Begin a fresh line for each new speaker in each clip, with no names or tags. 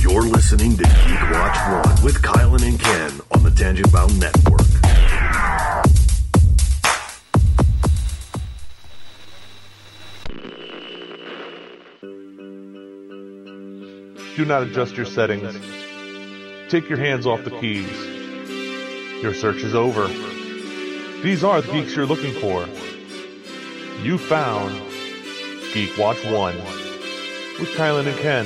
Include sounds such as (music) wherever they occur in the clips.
You're listening to Geek Watch One with Kylan and Ken on the Tangent Bound Network.
Do not adjust your settings. Take your hands off the keys. Your search is over. These are the geeks you're looking for. You found Geek Watch 1 with Kylan and Ken.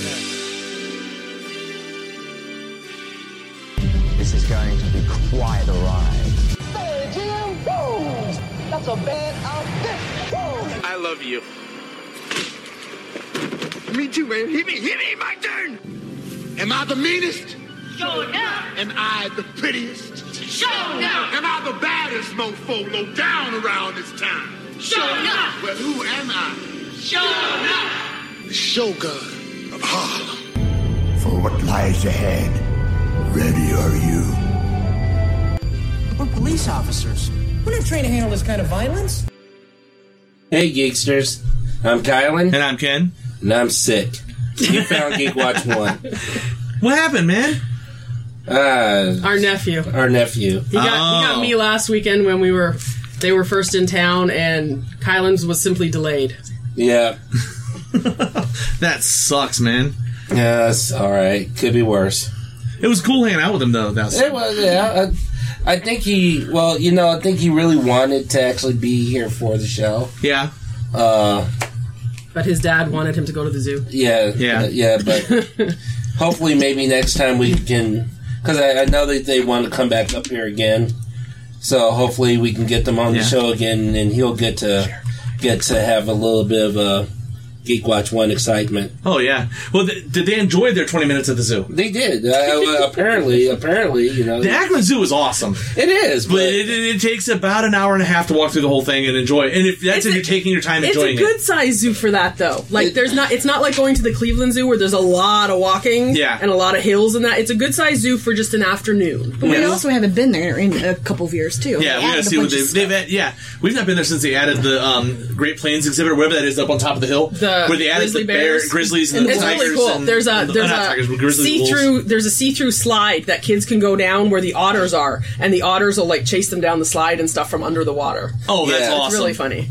This is going to be quite a ride.
Say, Jim Bones! That's a bad outfit! Bones!
I love you.
Me too, man. Hit me, hit me, my turn. Am I the meanest?
Show now!
Am I the prettiest?
Show now!
Am I the baddest mofo low down around this town?
Show now!
Well, who am I?
Show now!
The Shogun of Harlem.
for what lies ahead. Ready are you?
We're police officers. We're not trained to handle this kind of violence.
Hey, Geeksters. I'm Kylan,
And I'm Ken.
and I'm sick. You found Geek Watch 1.
What happened, man?
Uh,
Our nephew. He
our nephew.
got, he got me
Oh.
last weekend when we were they were first in town and Kylan's was simply delayed.
Yeah.
That sucks, man.
Yes, alright. Could be worse.
It was cool hanging out with him, though. That was-
It was, yeah. I, I think he, well, you know, I think he really wanted to actually be here for the show.
yeah.
Uh,
But his dad wanted him to go to the zoo.
yeah.
Yeah.
uh, yeah, but
(laughs)
hopefully maybe next time we can, because I, I know that they want to come back up here again. So hopefully we can get them on
Yeah.
the show again, and he'll get to get to have a little bit of uh, Geek Watch One excitement.
Oh, yeah. Well, th- did they enjoy their 20 minutes at the zoo?
They did. Uh,
(laughs)
well, apparently, apparently, you know,
The Ackland Zoo is awesome,
it is.
but
But
it, it, it takes about an hour and a half to walk through the whole thing and enjoy. it. And if that's
It's
if
a-
you're taking your time
It's a
enjoying
good
it,
size zoo for that though. Like there's not it's not like going to the Cleveland Zoo where there's a lot of walking
Yeah.
and a lot of hills and that. It's a good size zoo for just an afternoon.
But we
Yeah.
also haven't been there in a couple of years too.
yeah,
They
we gotta
added a
see what
bunch of
they've,
stuff.
they've had. Yeah, we've not been there since they added the um, Great Plains exhibit, or whatever that is, up on top of the hill,
The
where they added
grizzly
the bear,
bears.
grizzlies, and the
it's
tigers.
really cool.
and-
there's a
and the-
there's
not tigers, but
a
grizzly
see
wolves.
through there's a see through slide that kids can go down where the otters are, and the otters will like chase them down the slide and stuff from under the water.
Oh, that's
Yeah. It's
awesome!
It's really funny.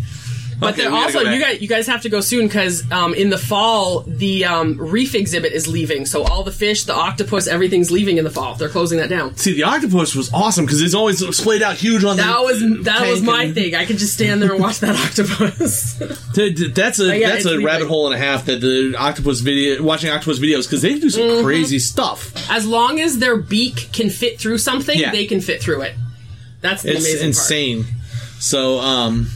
But
Okay,
then
we gotta
also,
go back.
you guys, you guys have to go soon because um, in the fall, the um, reef exhibit is leaving. So all the fish, the octopus, everything's leaving in the fall. They're closing that down.
See, the octopus was awesome because it's always splayed out huge on the.
That was that
tank
was my
and-
thing. I could just stand there and watch that (laughs) octopus.
Th- th- That's a
yeah,
that's
it's
a
really
rabbit
like-
hole and a half that the octopus video watching octopus videos because they do some
Mm-hmm.
crazy stuff.
as long as their beak can fit through something,
Yeah.
they can fit through it. That's the
It's
amazing
insane. So, um,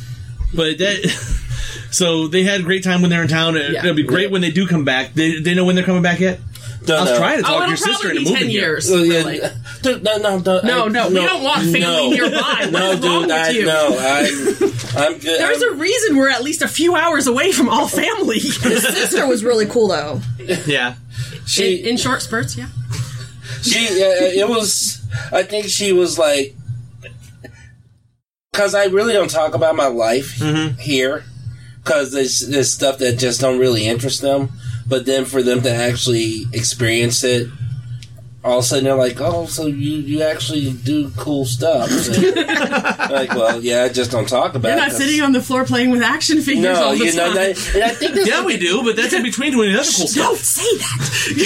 but that. (laughs) So they had a great time when they're in town. It,
Yeah.
will be great when they do come back. They, they know when they're coming back yet. I was trying to
Part.
talk
Oh,
to
it'll
your sister
probably
into
be
moving
ten
here.
years.
Well, yeah,
really.
dude, no, no, no,
No,
I-
no, we don't want family nearby. What
no,
is
dude,
wrong with
I
you?
know.
(laughs)
I'm, I'm good.
There's
I'm-
a reason we're at least a few hours away from
(laughs)
all family.
Sister was really cool though.
Yeah,
in,
she,
in short spurts, yeah.
she, uh, it was. I think she was like, because I really don't talk about my life
Mm-hmm.
here, because there's, there's stuff that just don't really interest them. But then for them to actually experience it, all of a sudden they're like, "Oh, so you you actually do cool
(laughs)
stuff?" And like, well, yeah, I just don't talk about.
You're
it
not
'cause-
sitting on the floor playing with action figures
No,
all the
you know,
time.
that, and I think that's
yeah, we do. But that's in between doing other cool
(laughs) Don't
stuff.
say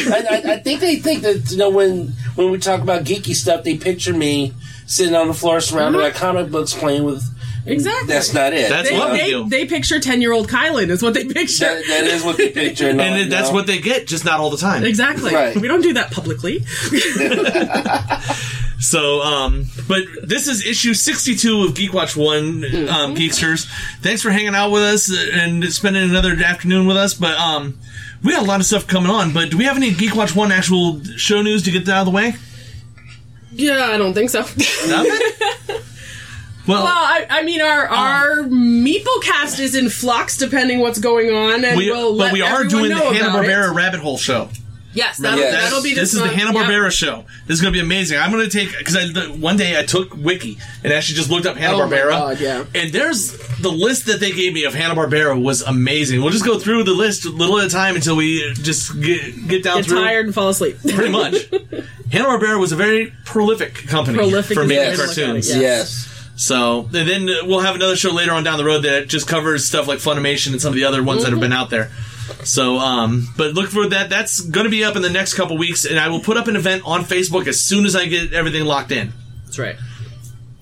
that.
I, I, I think they think that you know when when we talk about geeky stuff, they picture me sitting on the floor surrounded by comic books playing with.
(laughs) Exactly.
That's not it.
That's
they,
what we
they,
do.
they picture ten year old Kylan is what they picture.
that, that is what they picture, and,
and it- that's what they get, just not all the time.
(laughs) exactly.
Right.
We don't do that publicly. (laughs)
So, um, but this is issue 62 of Geek Watch 1,
Mm-hmm.
um, Geeksters. Thanks for hanging out with us and spending another afternoon with us. But, um, we got a lot of stuff coming on, but do we have any Geek Watch 1 actual show news to get that out of the way?
yeah, I don't
(laughs)
think so. (laughs)
Well, uh,
Well, I, I mean, our our Meeple cast is in flux depending what's going on, and
we,
we'll let
but we are
everyone
doing the
know about it.
Hanna-Barbera Rabbit Hole show.
Yes, that'll,
Yes.
that'll be
This
this
is the
month.
Hanna Barbera
Yep.
show. This is going to be amazing. I'm going to take because I the- one day I took Wiki and actually just looked up Hanna Barbera.
Oh God, yeah.
And there's the list that they gave me of Hanna Barbera was amazing. We'll just go through the list a little at a time until we just get get down
Get
through.
tired and fall asleep. (laughs)
Pretty much. Hanna Barbera was a very prolific company
Prolific
for
is
making
the word to look at,
cartoons.
yeah.
Yes.
So and then we'll have another show later on down the road that just covers stuff like Funimation and some of the other ones that
Mm-hmm.
have been out there. So, um, but look for that. That's going to be up in the next couple weeks, and I will put up an event on Facebook as soon as I get everything locked in.
That's right.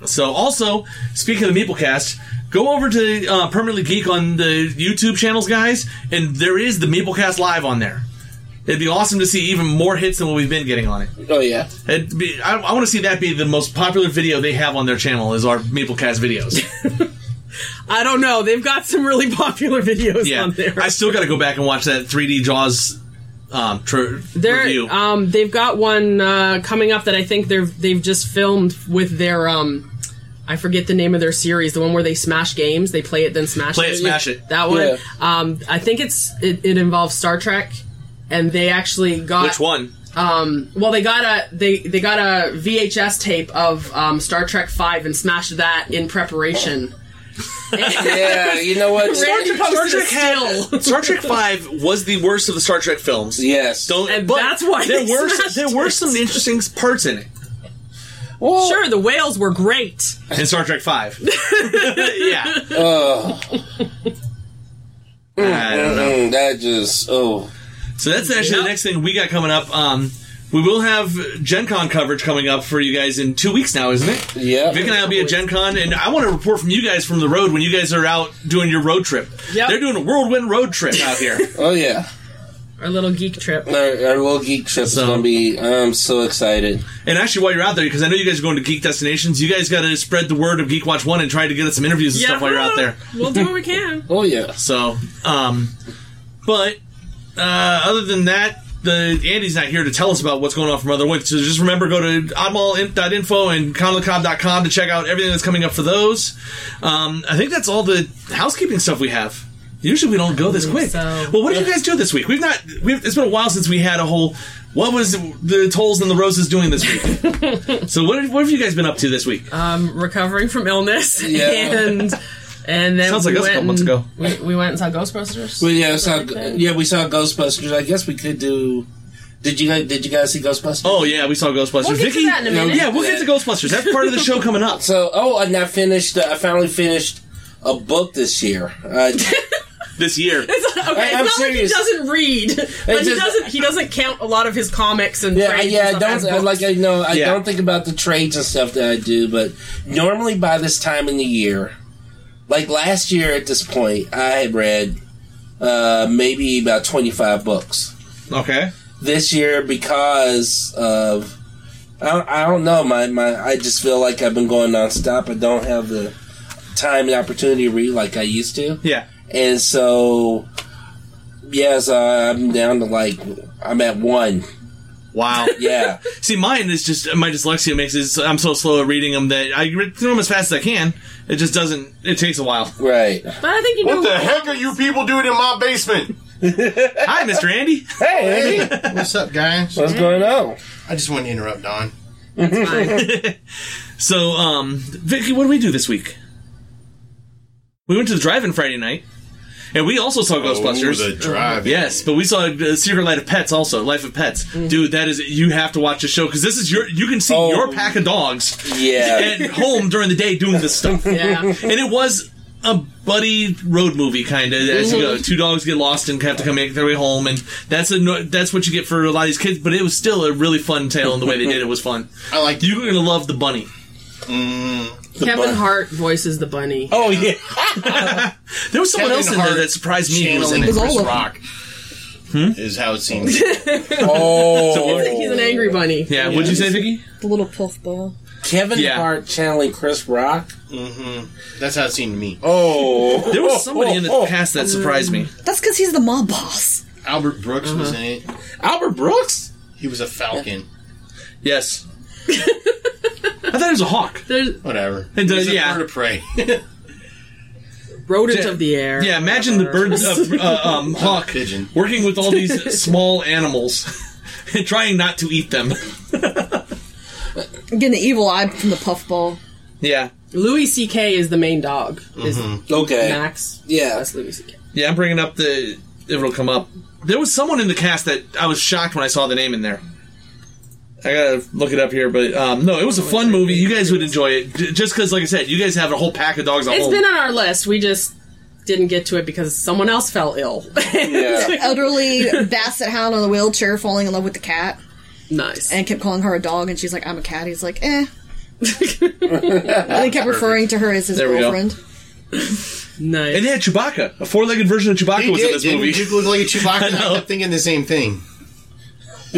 So, also speaking of the Meeplecast, go over to uh, Permanently Geek on the YouTube channels, guys, and there is the Meeplecast live on there. It'd be awesome to see even more hits than what we've been getting on it.
Oh yeah.
It'd be, I, I want to see that be the most popular video they have on their channel is our Meeplecast
(laughs)
videos.
I don't know. They've got some really (laughs) popular videos
yeah,
on there.
I still got to go back and watch that 3D Jaws um, tr-
They're,
review.
um, they've got one uh, coming up that I think they've they've just filmed with their um, I forget the name of their series, the one where they smash games, they play it then smash
Play it,
it,
smash it.
That one.
Yeah.
Um, I think it's it, it involves Star Trek, and they actually got
Which one?
Well, they got a they they got a VHS tape of um, Star Trek Five and smashed that
(laughs)
in preparation. (laughs)
Yeah. You know what?
Star Trek- Star Trek had-
Star Trek Five was the worst of the Star Trek films.
Yes.
Don't,
And
but
that's why
there
they
were
smashed
there were
it.
some interesting parts in it
Well,
Sure, the whales were great.
in Star Trek Five. (laughs)
(laughs)
yeah, I don't know.
mm, that just oh
So that's actually
Yep.
the next thing we got coming up. Um, we will have Gen Con coverage coming up for you guys in two weeks now, isn't it?
yeah.
Vic and I will be at Gen Con, and I want to report from you guys from the road when you guys are out doing your road trip.
Yep.
They're doing a whirlwind road trip out here.
Oh yeah.
Our little geek trip.
Our, our little geek trip is
So-
gonna be. I'm so excited.
and actually, while you're out there, because I know you guys are going to Geek Destinations, you guys got to spread the word of Geek Watch 1 and try to get us some interviews and stuff while you're out there.
We'll do what
(laughs)
we can.
Oh yeah.
So, um, but uh, other than that, the Andy's not here to tell us about what's going on from other weeks. So just remember, go to oddballinf.info and conlecob.com to check out everything that's coming up for those. Um, I think that's all the housekeeping stuff we have. Usually we don't go this quick.
Mm, so.
Well, what did you guys do this week? We've not. We've, it's been a while since we had a whole. What was the tolls and the roses doing this week?
(laughs)
so what, what have you guys been up to this week?
Um, Recovering
(laughs)
from illness
Yeah.
and and then
Sounds
we
like us a
went
couple months
and-
ago.
We, we went and saw Ghostbusters.
But yeah, we saw,
Perfect.
yeah, we saw Ghostbusters. I guess we could do. Did you guys? Did you guys see Ghostbusters?
Oh yeah, we saw Ghostbusters.
We'll get to
Vicky, Oh,
that in a minute.
yeah, we'll get to Ghostbusters. That's part of the show coming up.
So oh, and I finished. Uh, I finally finished a book this year.
(laughs)
Uh,
this year.
okay,
I-
(laughs) it's
I'm
not like he
serious.
doesn't read, but he
just-
doesn't. He doesn't count a lot of his comics and
yeah, I,
trades
yeah. I
and stuff
don't
as
I,
books.
like. I know. I
Yeah.
don't think about the trades and stuff that I do. But normally by this time in the year, like last year at this point, I had read uh, maybe about twenty five books.
Okay.
this year because of I don't, I don't know my, my I just feel like I've been going nonstop. I don't have the time and opportunity to read like I used to,
Yeah.
and so yeah, so I'm down to like I'm at one.
Wow.
Yeah,
(laughs) See, mine is just my dyslexia makes it. so- I'm so slow at reading them that I read through them as fast as I can. It just doesn't. It takes a while.
(laughs) right.
but I think you
What
know.
the heck are you people doing in my basement?
Hi, Mr. Andy.
Hey, Andy,
What's up, guys?
what's going on?
I just want to interrupt Don.
So, um, Vicky, what did we do this week? We went to the drive-in Friday night, and we also saw Ghostbusters.
Ooh, the drive.
Yes, but we saw uh, Secret Life of Pets also. Life of Pets, dude. That is you have to watch the show because this is your. You can see
Oh.
your pack of dogs
Yeah,
at home during the day doing this stuff. (laughs)
Yeah.
and it was a buddy road movie kind of as you go two dogs get lost and have to come make their way home and that's a no- that's what you get for a lot of these kids but it was still a really fun tale and the way they did it was fun
I like
you're gonna love the bunny
Kevin
bun-
Hart voices the bunny.
oh yeah (laughs) there was someone
Kevin
else in
Hart
there that surprised me who was in
channeling
it
Chris Rock. Hmm? Is how it (laughs) seems.
He's an angry bunny.
yeah what'd you say Vicky
The little puffball.
Kevin
Yeah.
Hart channeling Chris Rock.
Mm-hmm. That's how it seemed to me.
Oh,
there was somebody in the past that surprised me
That's because he's the mob boss.
Albert Brooks was in it.
Albert Brooks.
He was a falcon.
(laughs) yes I thought it was a hawk
There's
Whatever.
And, uh,
He's a
yeah.
bird of prey.
rodent
Yeah.
of the
(laughs)
air.
yeah imagine the bird of uh, um, hawk
Pigeon.
working with all these small animals (laughs) and trying not to eat them.
Getting the evil eye from the puffball.
yeah.
Louis C.K. is the main dog. Is
okay.
Max.
Yeah.
That's Louis C.K.
Mm-hmm. Yeah, I'm bringing up the. It'll come up. There was someone in the cast that I was shocked when I saw the name in there. I gotta look it up here, but um, no, it was a fun movie. You guys would enjoy it, J- just because, like I said, you guys have a whole pack of dogs at
It's
home.
been on our list. We just didn't get to it because someone else fell ill. (laughs)
Elderly
(laughs)
basset hound on the wheelchair falling in love with the cat.
Nice.
And kept calling her a dog, and she's like, I'm a cat. He's like, eh. and he kept referring to her as his
There we go.
girlfriend.
nice.
And they had Chewbacca. A four-legged version of Chewbacca
He
was in
did,
this
didn't
movie.
Duke look
(laughs)
like a Chewbacca?
I
and I
know.
kept thinking the same thing.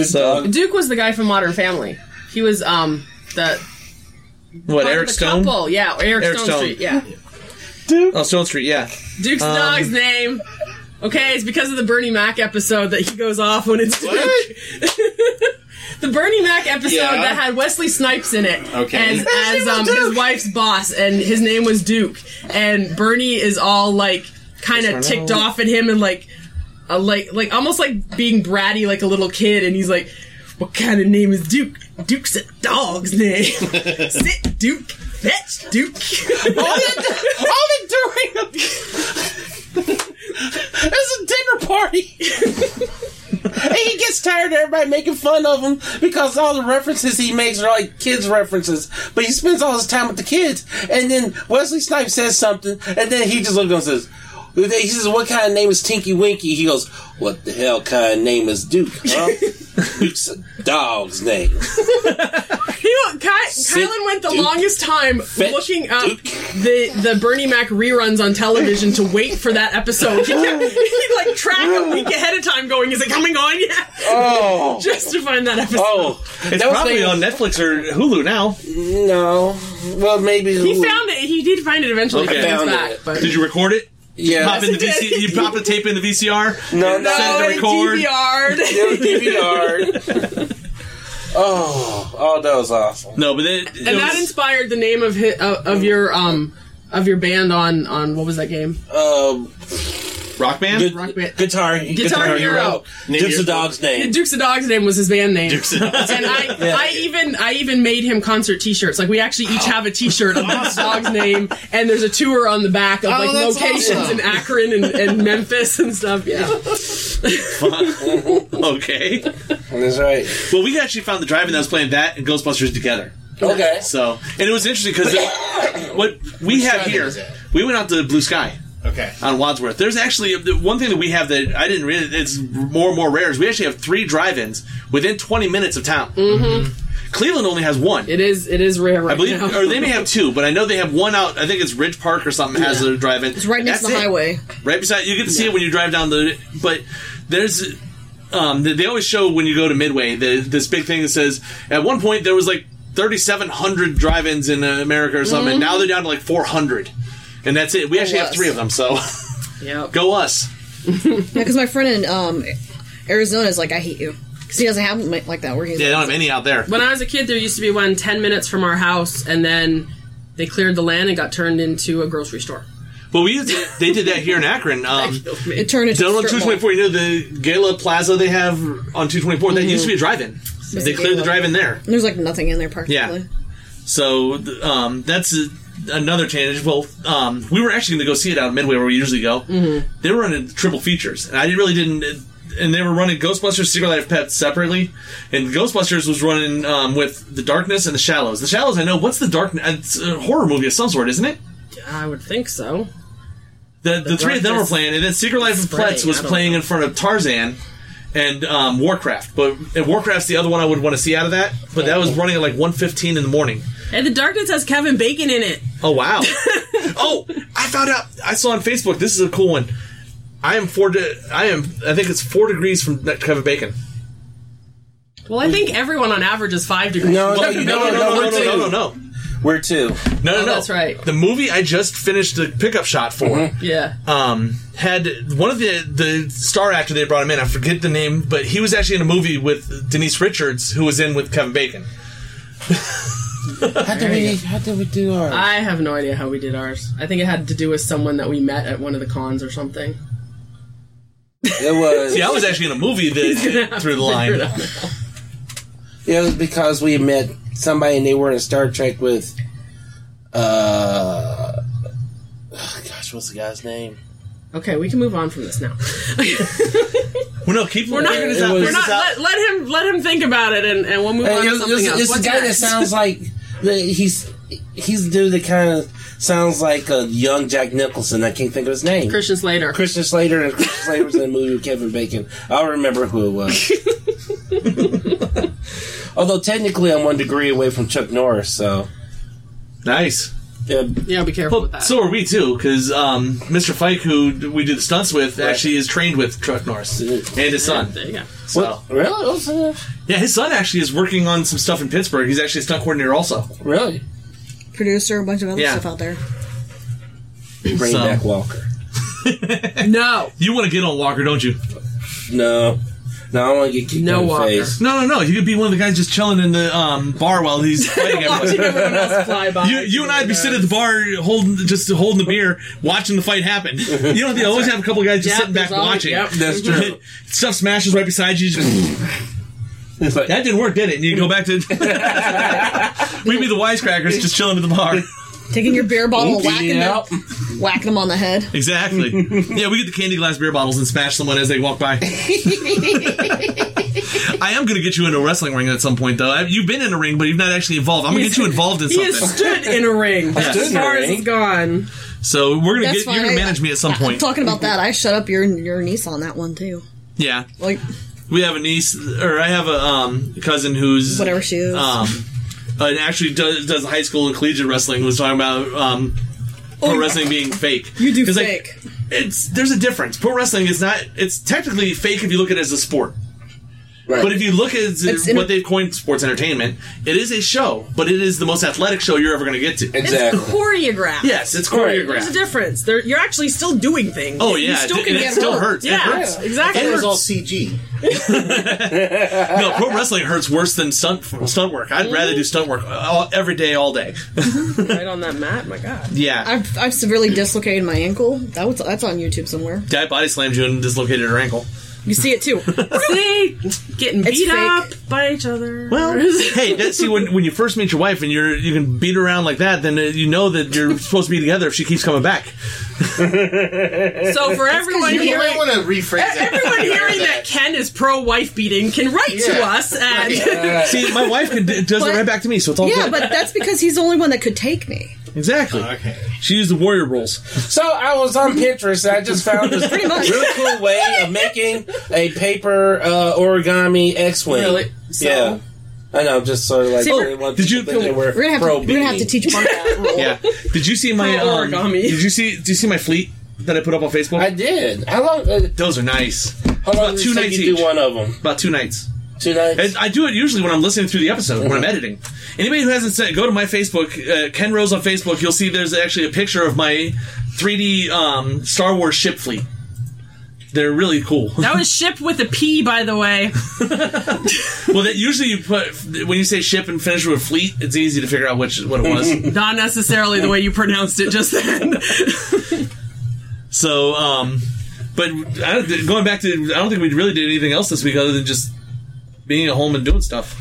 So
Duke was the guy from Modern Family. He was um the
what?
part of
Eric
the
Stone.
Couple. Yeah, Eric,
Eric
Stone,
Stone.
Street. Yeah,
Duke. Oh, Stone Street. Yeah.
Duke's
Um,
dog's name. Okay, it's because of the Bernie Mac episode that he goes off when it's Duke. (laughs) the Bernie Mac episode
Yeah.
that had Wesley Snipes in it
Okay.
as,
His name
as
was
um, his wife's boss, and his name was Duke. And Bernie is all like kind of
Yes, I
ticked
know.
off at him and like, uh, like, like almost like being bratty like a little kid, and he's like, "What kind of name is Duke? Duke's a dog's
(laughs)
name. Sit, Duke." Fetch Duke. all
it during
It's a dinner party. and he gets tired of everybody making fun of him because all the references he makes are like kids' references. But he spends all his time with the kids. And then Wesley Snipes says something, and then he just looks at him and says, he says, what kind of name is Tinky Winky? He goes, what the hell kind of name is Duke, huh? Duke's a dog's name.
You know, Ky- Kylan went the longest time looking up the the Bernie Mac reruns on television to wait for that episode.
(laughs)
He, kept, he like track a week ahead of time, going, "Is it coming on yet?"
Oh.
(laughs) just to find that episode.
Oh,
It's probably on Netflix or Hulu now.
No, well maybe
He found it. He did find it eventually.
Okay.
but it's
Found
back,
it.
but-
Did you record it?
Yeah.
Pop
Yes,
in the
I
VC,
did.
you pop the tape in the VCR.
No,
and set it
no,
to
it
record.
DVR'd.
(laughs) Oh, oh, that was awful.
No, but it,
(laughs) and that inspired the name of his, uh, of your um of your band on on what was that game?
um,
rock band,
rock band,
guitar,
Guitar Hero.
Duke's a dog's name.
Duke's a dog's name was his band name.
Duke's a
dog's and I, I even I even made him concert T-shirts. Like we actually each have a T-shirt of the dog's name, and there's a tour on the back of
Oh,
like
that's
locations
awesome.
in Akron and, and Memphis and stuff. Yeah,
okay.
That's right.
Well, we actually found the drive-in that was playing that and Ghostbusters together.
Okay.
So, and it was interesting because what we have here, we went out to Blue Sky.
Okay.
On Wadsworth, there's actually the one thing that we have that I didn't really. It's more and more rare is we actually have three drive-ins within 20 minutes of town.
Mhm.
Cleveland only has one.
It is it is rare. Right
I
(laughs)
believe,
now.
or they may have two, but I know they have one out. I think it's Ridge Park or something has their drive-in.
It's right next to
That's
the
it.
highway.
Right beside, you get to see it when you drive down the. But there's, um, they, they always show when you go to Midway the, this big thing that says at one point there was like 3,700 drive-ins in uh, America or something. And now they're down to like 400, and that's it. We actually have
Oh, us.
three of them, so (laughs)
Yep.
go us.
because my friend in um, Arizona is like, I hate you. Because he doesn't have them like that where he's
Yeah, they don't have any out there.
When I was a kid, there used to be one 10 minutes from our house, and then they cleared the land and got turned into a grocery store.
But we used to- they did that here in
(laughs)
Akron. Um,
It
turned into
down
a
on
strip
two twenty four. You know the Gala Plaza they have on two twenty
Mm-hmm.
four. That used to be a drive-in. They cleared the drive-in there.
And there's like nothing in there practically.
Yeah. So th- um, that's a, another change. Well, um, we were actually going to go see it out at Midway where we usually go.
Mhm.
Mm-hmm.
They were running triple features, and I really didn't. And they were running Ghostbusters: Secret Life of Pets separately, and Ghostbusters was running um, with The Darkness and The Shallows. The Shallows, I know. What's The Darkness? It's a horror movie of some sort, isn't it?
I would think so.
The, the, three of them were
Darkness
playing, and then Secret Life of
Spray,
Pets was
I don't
playing in front of Tarzan and um, Warcraft. But and Warcraft's the other one I would want to see out of that. But that was running at like 1.15 in the morning.
And the darkness has Kevin Bacon in it.
Oh wow!
(laughs)
oh, I found out. I saw on Facebook. This is a cool one. I am four. De- I am. I think it's four degrees from Kevin Bacon.
Well, I think everyone on average is five degrees.
Well, no, no, no, no, no, no, no, no.
We're two.
No, no,
Oh,
no.
that's right.
The movie I just finished the pickup shot for
Yeah.
um, had one of the the star actor they brought him in. I forget the name, but he was actually in a movie with Denise Richards, who was in with Kevin Bacon.
How did we? How did we do ours?
I have no idea how we did ours. I think it had to do with someone that we met at one of the cons or something.
It was.
See, I was actually in a movie
(laughs)
that through the line.
It was because we met somebody and they were in Star Trek with, uh, oh, gosh, what's the guy's name?
Okay, we can move on from this now. (laughs)
well, no, keep
we're not.
figuring
We're
this out.
not
figuring this out.
let, let him let him think about it, and, and we'll move
Hey,
on to
it's-
something
it's-
else.
it's the
What's
guy that
next?
sounds like the, he's he's the dude that kind of sounds like a young Jack Nicholson. I can't think of his name.
(laughs) Christian Slater.
Christian Slater and Christian Slater was in a movie with Kevin Bacon. I'll remember who it was. Although technically, I'm one degree away from Chuck Norris, so
Nice.
yeah,
yeah, be careful with
Well,
that.
so are we too, because um, Mr. Fike, who we do the stunts with, actually is trained with Chuck Norris and his son.
yeah.
(laughs)
So,
really, Oh, What's that?
yeah, his son actually is working on some stuff in Pittsburgh. He's actually a stunt coordinator, also.
really,
Producer, a bunch of other
Yeah.
stuff out there.
bring
So-
back Walker.
No,
You want to get on Walker, don't you?
No, no, I want to get kicked
No
in the
Walker.
face.
No, no, no. You could be one of the guys just chilling in the um, bar while he's fighting
watching
everyone.
everyone else fly by.
You, you and I'd be sitting at the bar, holding just holding the beer, watching the fight happen. You know, they always have a couple guys just
Yeah,
sitting back
there's always-
watching.
yep. That's
true.
(laughs) Stuff smashes right beside you. just- (laughs)
It's like,
(laughs) that didn't work, did it? And you go back to we'd be the wisecrackers just chilling at the bar.
Taking your beer bottle and whacking,
Yep.
them, whacking them on the head.
Exactly. Yeah, we get the candy glass beer bottles and smash someone as they walk by. I am going to get you into a wrestling ring at some point, though. I- You've been in a ring, but you've not actually involved. I'm going to get you involved in
He has
something.
stood in a ring. That's
stood
as
in a
far as
ring.
it's gone.
So we're going to
That's
get you're going
fine.
to manage me at some
I'm
point.
talking about that. I shut up your your niece on that one too.
Yeah,
Like
we have a niece, or I have a um, cousin who's
whatever she is.
um, and actually does, does high school and collegiate wrestling. Was talking about um, pro wrestling being fake.
Oh, You do
'Cause, like,
fake.
it's there's a difference. Pro wrestling is not. It's technically fake if you look at it as a sport.
Right.
But if you look at
It's in-
what they've coined sports entertainment, it is a show, but it is the most athletic show you're ever going to get to.
exactly.
(laughs) It's choreographed.
yes, it's
There's a
choreographed.
difference. There, you're actually still doing things.
Oh
You
yeah,
still
it,
can
and it
get
still
hurt.
hurts.
Yeah,
It hurts.
exactly.
It
It
was
was
all
CG.
(laughs) No, pro wrestling hurts worse than stunt stunt work. I'd rather do stunt work all, every day, all day.
right on that mat. My God.
Yeah,
I've, I've severely dislocated my ankle. That was that's on YouTube somewhere.
I body slammed you and dislocated her ankle.
You see
(laughs)
it too.
See, getting
It's
beat
fake.
up by each other.
Well, (laughs) hey, that, see when when you first meet your wife and you're you can beat her around like that, then uh, you know that you're supposed to be together if she keeps coming back.
so for everyone
You
hearing,
might want to rephrase that.
(laughs)
everyone hearing that Ken is pro wife beating can write to
Yeah.
us and
See, my wife could, does it
But-
right back to me, so it's all
yeah,
good.
but that's because he's the only one that could take me.
exactly. She used the warrior rules.
So I was on Pinterest and I just found this
Pretty much.
real cool way of making a paper uh, origami X-wing.
Really? So-
Yeah. I know, just sort of like
See,
they want
did you-
people to think they were
We're gonna have
pro
to, we're gonna have to
being.
teach Mark that rule.
Yeah. Did you see my
Pro
um,
origami.
Did you see? Did you see my fleet that I put up on Facebook?
I did. How long? Uh,
Those are nice.
how long
About
did it
two
take
nights
you to
each.
do one of them?
About two nights.
Two nights.
And I do it usually when I'm listening through the episode when I'm editing. Anybody who hasn't said, go to my Facebook, uh, Ken Rose on Facebook. You'll see there's actually a picture of my 3D um, Star Wars ship fleet. They're really cool.
(laughs) that was ship with a P, by the way.
(laughs) well, that usually you put when you say ship and finish with fleet, it's easy to figure out which what it was.
Not necessarily the way you pronounced it just then.
So, um, but I don't, going back to, I don't think we really did anything else this week other than just being at home and doing stuff.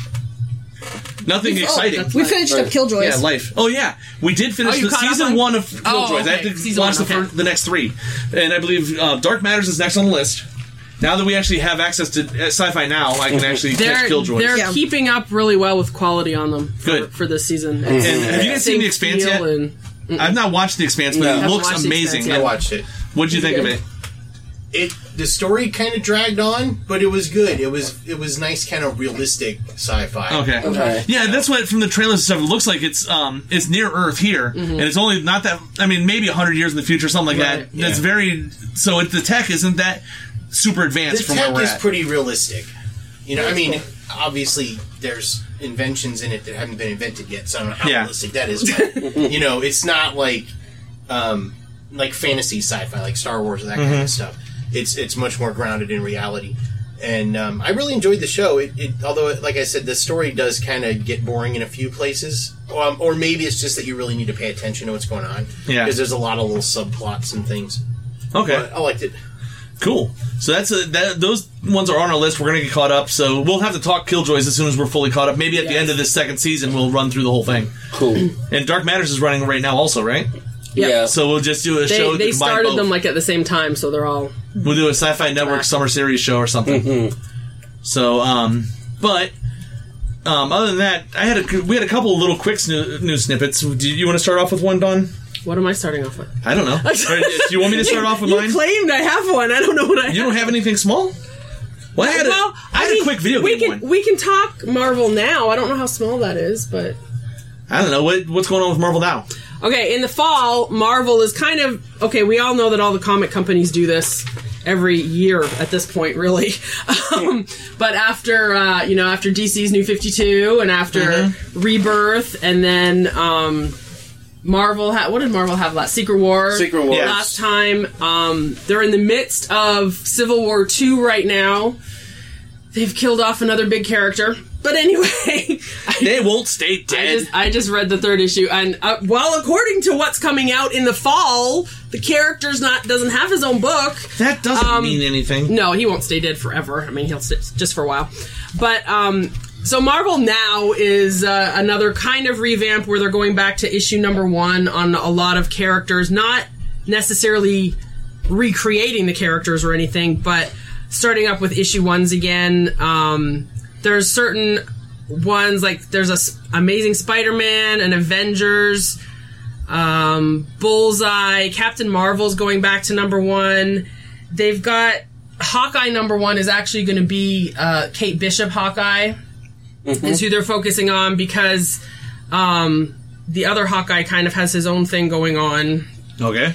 Nothing exciting.
Oh, we finished up Killjoys.
yeah, life. Oh yeah, we did finish
Oh, you
the
caught up
season
on-
one of Killjoys.
Oh,
I
okay.
have to
Season
watch
one,
the,
okay.
fir- the next three, and I believe uh, Dark Matters is next on the list. Now that we actually have access to uh, Sci-Fi Now, I
Mhm.
can actually catch
They're
Killjoys.
they're
Yeah.
keeping up really well with quality on them. For,
Good.
for this season.
And have you guys seen The Expanse yet?
And,
I've not watched The Expanse, but it
Haven't
looks
watched The Expanse
amazing.
yet.
I watched it.
What did you think of it?
It the story kind of dragged on, but it was good. It was it was nice, kind of realistic sci-fi.
Okay.
Okay.
Yeah, that's what from the trailers and stuff. It looks like it's um it's near Earth here, and it's only not that. I mean, maybe hundred years in the future, something like
Mm-hmm. Right,
that. That's very. So it, the tech isn't that super
The
advanced from where
tech
we're
is
at.
pretty realistic. You know, I mean, obviously there's inventions in it that haven't been invented yet, so I don't know how
Yeah.
realistic that is. But, you know, it's not like um, like fantasy sci-fi, like Star Wars or that
Mm-hmm.
kind of stuff. It's it's much more grounded in reality. And um, I really enjoyed the show. It, it, although, like I said, the story does kind of get boring in a few places, um, or maybe it's just that you really need to pay attention to what's going on.
Yeah.
because there's a lot of little subplots and things.
okay,
But I liked it.
Cool. So that's a, that. Those ones are on our list. We're gonna get caught up. So we'll have to talk Killjoys as soon as we're fully caught up. Maybe at the end of this second season, we'll run through the whole thing.
Cool.
And Dark Matters is running right now, also, right?
Yeah. Yeah.
So we'll just do a show. that
They, they
combine
started
both.
them like at the same time, so they're all
We'll do a Sci-Fi Network summer series show or something.
Mm-hmm.
So, um, but um, other than that, I had a we had a couple of little quick snu- news snippets. Do you want to start off with one, Don?
What am I starting off with?
I
(laughs)
don't know. Or, Uh, do you want me to start off with
you
mine?
claimed I have one. I don't know what I.
You don't have anything small. Well, I had a,
well,
I had a
mean,
quick video game
we can
one.
we can talk Marvel now. I don't know how small that is, but
I don't know what what's going on with Marvel now.
Okay, in the fall, Marvel is kind of okay. We all know that all the comic companies do this every year at this point, really. (laughs) Um, but after uh, you know, after DC's New Fifty Two and after Rebirth, and then um, Marvel. Ha- what did Marvel have last? Secret War.
Secret Wars.
Last time, um, they're in the midst of Civil War Two right now. They've killed off another big character. But anyway,
(laughs)
(laughs)
They won't stay dead.
I just, I just read the third issue, and uh, well, according to what's coming out in the fall, the character's not doesn't have his own book.
That doesn't mean anything.
Um, No, he won't stay dead forever. I mean, he'll sit just for a while. But um, so Marvel now is uh, another kind of revamp where they're going back to issue number one on a lot of characters, not necessarily recreating the characters or anything, but starting up with issue ones again. Um, there's certain ones like there's a S- Amazing Spider-Man and Avengers. Um, Bullseye, Captain Marvel's going back to number one. They've got Hawkeye number one is actually going to be uh, Kate Bishop Hawkeye is who they're focusing on because um, the other Hawkeye kind of has his own thing going on.
Okay.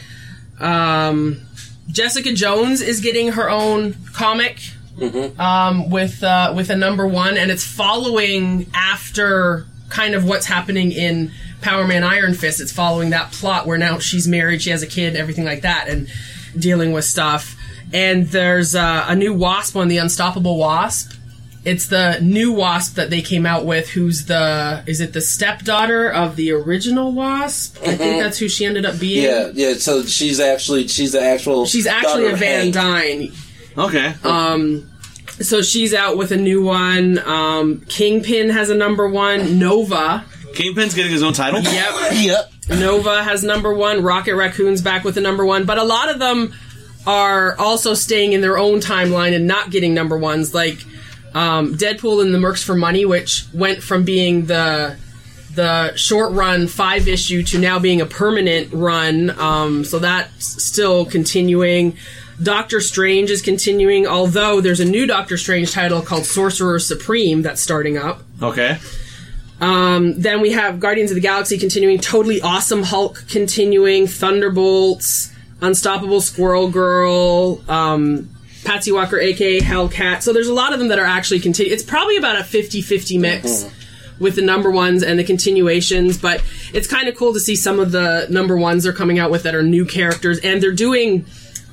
Um, Jessica Jones is getting her own comic
Mm-hmm.
um, with uh, with a number one, and it's following after kind of what's happening in Power Man Iron Fist. It's following that plot where now she's married, she has a kid, everything like that, and dealing with stuff. And there's uh, a new Wasp on the Unstoppable Wasp. It's the new Wasp that they came out with. Who's the? Is it the stepdaughter of the original Wasp? I think that's who she ended up being.
Mm-hmm. Yeah, yeah. So she's actually she's the actual.
She's actually
daughter
a
of
Van
Hank.
Dyne.
Okay.
Um, so she's out with a new one. Um, Kingpin has a number one. Nova.
Kingpin's getting his own title.
Yep. yep. Nova has number one. Rocket Raccoon's back with a number one. But a lot of them are also staying in their own timeline and not getting number ones. Like um, Deadpool and the Mercs for Money, which went from being the the short run five issue to now being a permanent run. Um, so that's still continuing. Doctor Strange is continuing, although there's a new Doctor Strange title called Sorcerer Supreme that's starting up.
Okay.
Um, then we have Guardians of the Galaxy continuing, Totally Awesome Hulk continuing, Thunderbolts, Unstoppable Squirrel Girl, um, Patsy Walker, aka Hellcat. So there's a lot of them that are actually continuing. It's probably about a 50 50 mix with the number ones and the continuations, but it's kind of cool to see some of the number ones they're coming out with that are new characters, and they're doing,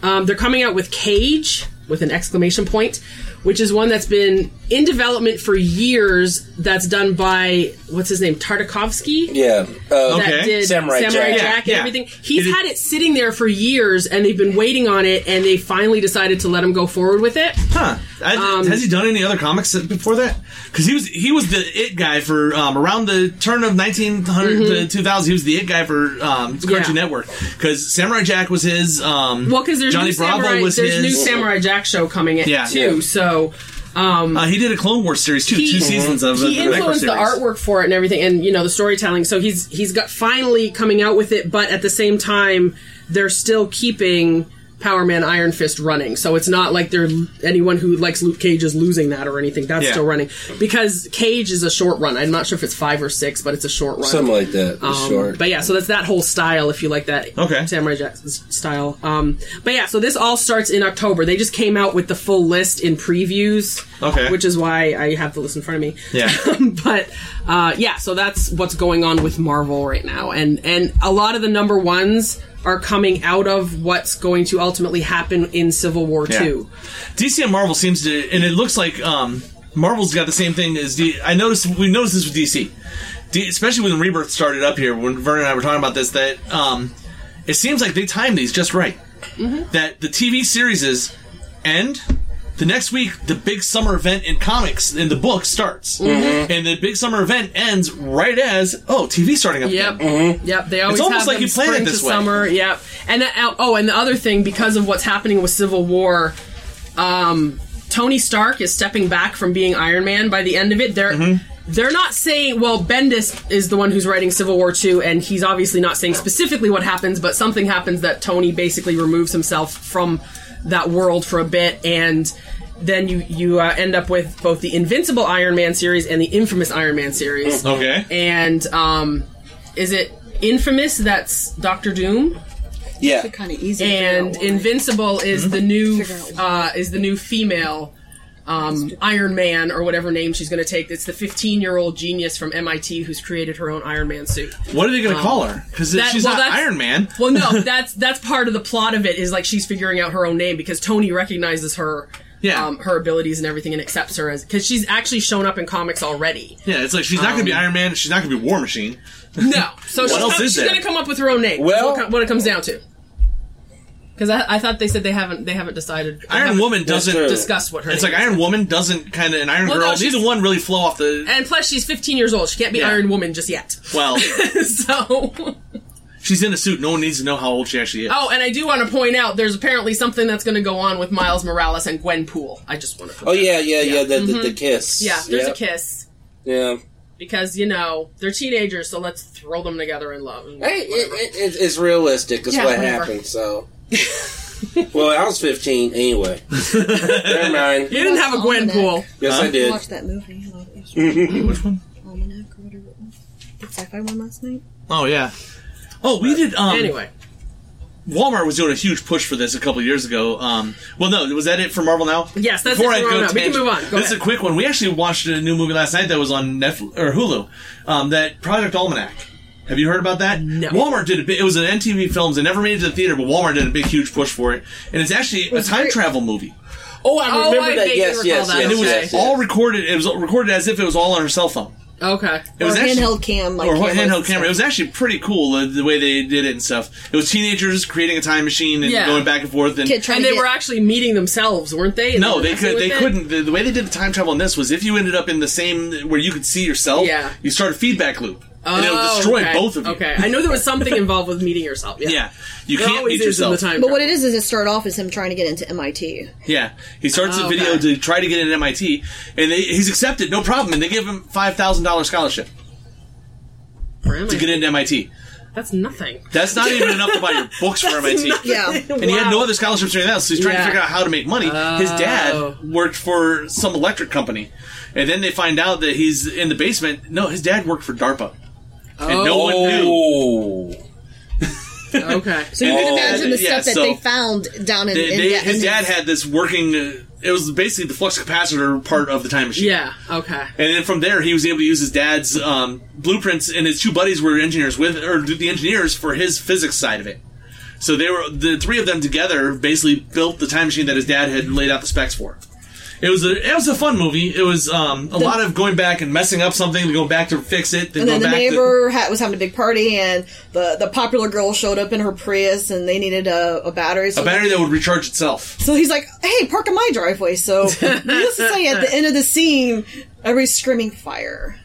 um, they're coming out with Cage with an exclamation point, which is one that's been in development for years. That's done by what's his name Tartakovsky.
Yeah. Uh,
That did
Samurai, Jack.
and everything. He's had it sitting there for years, and they've been waiting on it, and they finally decided to let him go forward with it.
Huh? I,
Um,
has he done any other comics before that? Because he was he was the it guy for um, around the turn of 1900
Mm-hmm.
to 2000. He was the it guy for um, Cartoon Network because Samurai Jack was his. Um,
Well, because there's
Johnny
new
Bravo
Samurai,
was
there's
his.
new Samurai Jack show coming in
Yeah.
too.
Yeah.
So um,
Uh, he did a Clone Wars series too, two seasons of uh,
he
the micro
influenced
series.
the artwork for it and everything, and you know the storytelling. So he's he's got finally coming out with it, but at the same time they're still keeping Power Man Iron Fist running. So it's not like they're anyone who likes Luke Cage is losing that or anything. That's
Yeah.
still running because Cage is a short run. I'm not sure if it's five or six, but it's a short run.
Something like that.
Um,
short.
But yeah, so that's that whole style, if you like that okay. Samurai Jack s- style. Um, but yeah, so this all starts in October. They just came out with the full list in previews,
Okay.
which is why I have the list in front of me. (laughs)
Yeah.
but uh, yeah, so that's what's going on with Marvel right now, and and a lot of the number ones are coming out of what's going to ultimately happen in Civil War
Yeah.
Two.
DC and Marvel seems to, and it looks like um, Marvel's got the same thing as D. I noticed we noticed this with DC, D, especially when Rebirth started up here. When Vernon and I were talking about this, that
Mm-hmm.
um, it seems like they timed these just right. That the TV series is And the next week, the big summer event in comics in the book starts,
Mhm.
and the big summer event ends right as oh TV starting up.
Yep.
again.
Yep, they always
It's almost
have
like
them
you planned
spring
it this
to
way.
summer. Yep, and that, oh, and the other thing because of what's happening with Civil War, um, Tony Stark is stepping back from being Iron Man. By the end of it, they're
Mm-hmm.
they're not saying. Well, Bendis is the one who's writing Civil War two, and he's obviously not saying specifically what happens, but something happens that Tony basically removes himself from that world for a bit and. Then you you uh, end up with both the Invincible Iron Man series and the Infamous Iron Man series.
Okay.
And um, is it Infamous? That's Doctor Doom.
Yeah.
kind of easy.
And Invincible is the new uh, is the new female um, Iron Man or whatever name she's going to take. It's the 15 year old genius from MIT who's created her own Iron Man suit.
What are they going to
Um,
call her? Because
that-
she's
well,
not
that's-
Iron Man.
Well,
(laughs)
no, that's that's part of the plot of it is like she's figuring out her own name because Tony recognizes her.
Yeah.
Um, her abilities and everything, and accepts her as because she's actually shown up in comics
(laughs)
already.
Yeah, it's like she's not going to be
Um,
Iron Man. She's not going to be War Machine.
No. So
What else
she's, com-
is
she's
there?
gonna come up with her own name. Well, what, co- what it comes down to. Because I, I thought they said they haven't they haven't decided. they
Iron
haven't
Woman doesn't
discuss what her.
It's
name
like
is.
Iron Woman doesn't kind of an Iron
Well, no,
Girl.
she's-
neither one really flow off
(laughs)
the
And plus, she's 15 years old. She can't be
Yeah.
Iron Woman just yet. (laughs)
well.
so
she's in a suit. No one needs to know how old she actually is.
oh, and I do want to point out there's apparently something that's going to go on with Miles Morales and Gwenpool. I just want to.
Oh yeah, yeah, yeah. The, the, the
Mhm.
kiss.
Yeah, there's
yeah.
a kiss
Yeah.
because you know they're teenagers, so let's throw them together in love. and
Hey, it,
whatever.
it, it's- it's realistic. It's
Yeah,
what
whatever.
happened.
(laughs)
So. (laughs) well, I was 15 anyway. Never mind.
You didn't have a Gwenpool.
Yes, I did.
Watch that movie.
Which
one?
Almanac or whatever it was. The sci-fi one last night.
Oh yeah. Oh, we did. Um,
anyway,
Walmart was doing a huge push for this a couple years ago. Um, well, no, was that it for Marvel now?
Yes, that's it for Marvel Now. We can move on. Go
this is
ahead.
a quick one. We actually watched a new movie last night that was on Netflix or Hulu. Um, that Project Almanac. Have you heard about that? No. Walmart did a big. It was an MTV Films. It never made it to the theater, but Walmart did a big, huge push for it, and it's actually a time travel movie.
Oh, I
remember that.
vaguely
Yes,
recall
yes,
that.
and it was
Okay.
all recorded. It was recorded as if it was all on her cell phone.
Okay.
It was
or
actually-
handheld cam, like
or
cameras and
handheld
stuff.
camera. It was actually pretty cool uh, the, the way they did it and stuff. It was teenagers creating a time machine and
Yeah.
going back and forth. And
and they were actually meeting themselves, weren't they? And
no,
were
they
messing
could. They
with it?
couldn't. The, the way they did the time travel in this was if you ended up in the same where you could see yourself.
Yeah.
you start a feedback loop,
Oh,
and it'll destroy
okay.
both of you.
Okay, I know there was something involved with meeting yourself. Yeah,
Yeah, you
There
can't
always
meet
is in
yourself.
the time.
But what it is is it started off as him trying to get into MIT.
Yeah, he starts
Oh,
a video
okay.
to try to get in MIT, and they, he's accepted, no problem, and they give him five thousand dollars scholarship to get into MIT.
That's nothing.
That's not even enough to buy your books
(laughs)
for MIT.
nothing. Yeah. (laughs)
And he had no other scholarships or anything else, so he's trying
Yeah.
to figure out how to make money. His
Oh.
dad worked for some electric company. And then they find out that he's in the basement. No, his dad worked for DARPA. And no one
Oh.
knew.
okay.
So you can imagine the
yeah,
stuff that
so
they found down in,
they-
in,
they-
that-
his
in
dad had this working. uh, It was basically the flux capacitor part of the time machine.
Yeah. Okay.
And then from there, he was able to use his dad's um, blueprints, and his two buddies were engineers with, or the engineers for his physics side of it. So they were the three of them together basically built the time machine that his dad had laid out the specs for. It was a it was a fun movie. It was um, a lot of going back and messing up something, then going back to fix it, then
and then
going
the
back.
neighbor ha- was having a big party, and the, the popular girl showed up in her Prius, and they needed a, a battery.
to,
So
a battery that would recharge itself.
(laughs) So he's like, "Hey, park in my driveway."
(laughs)
So needless to say, at the end of the scene, everybody's screaming fire.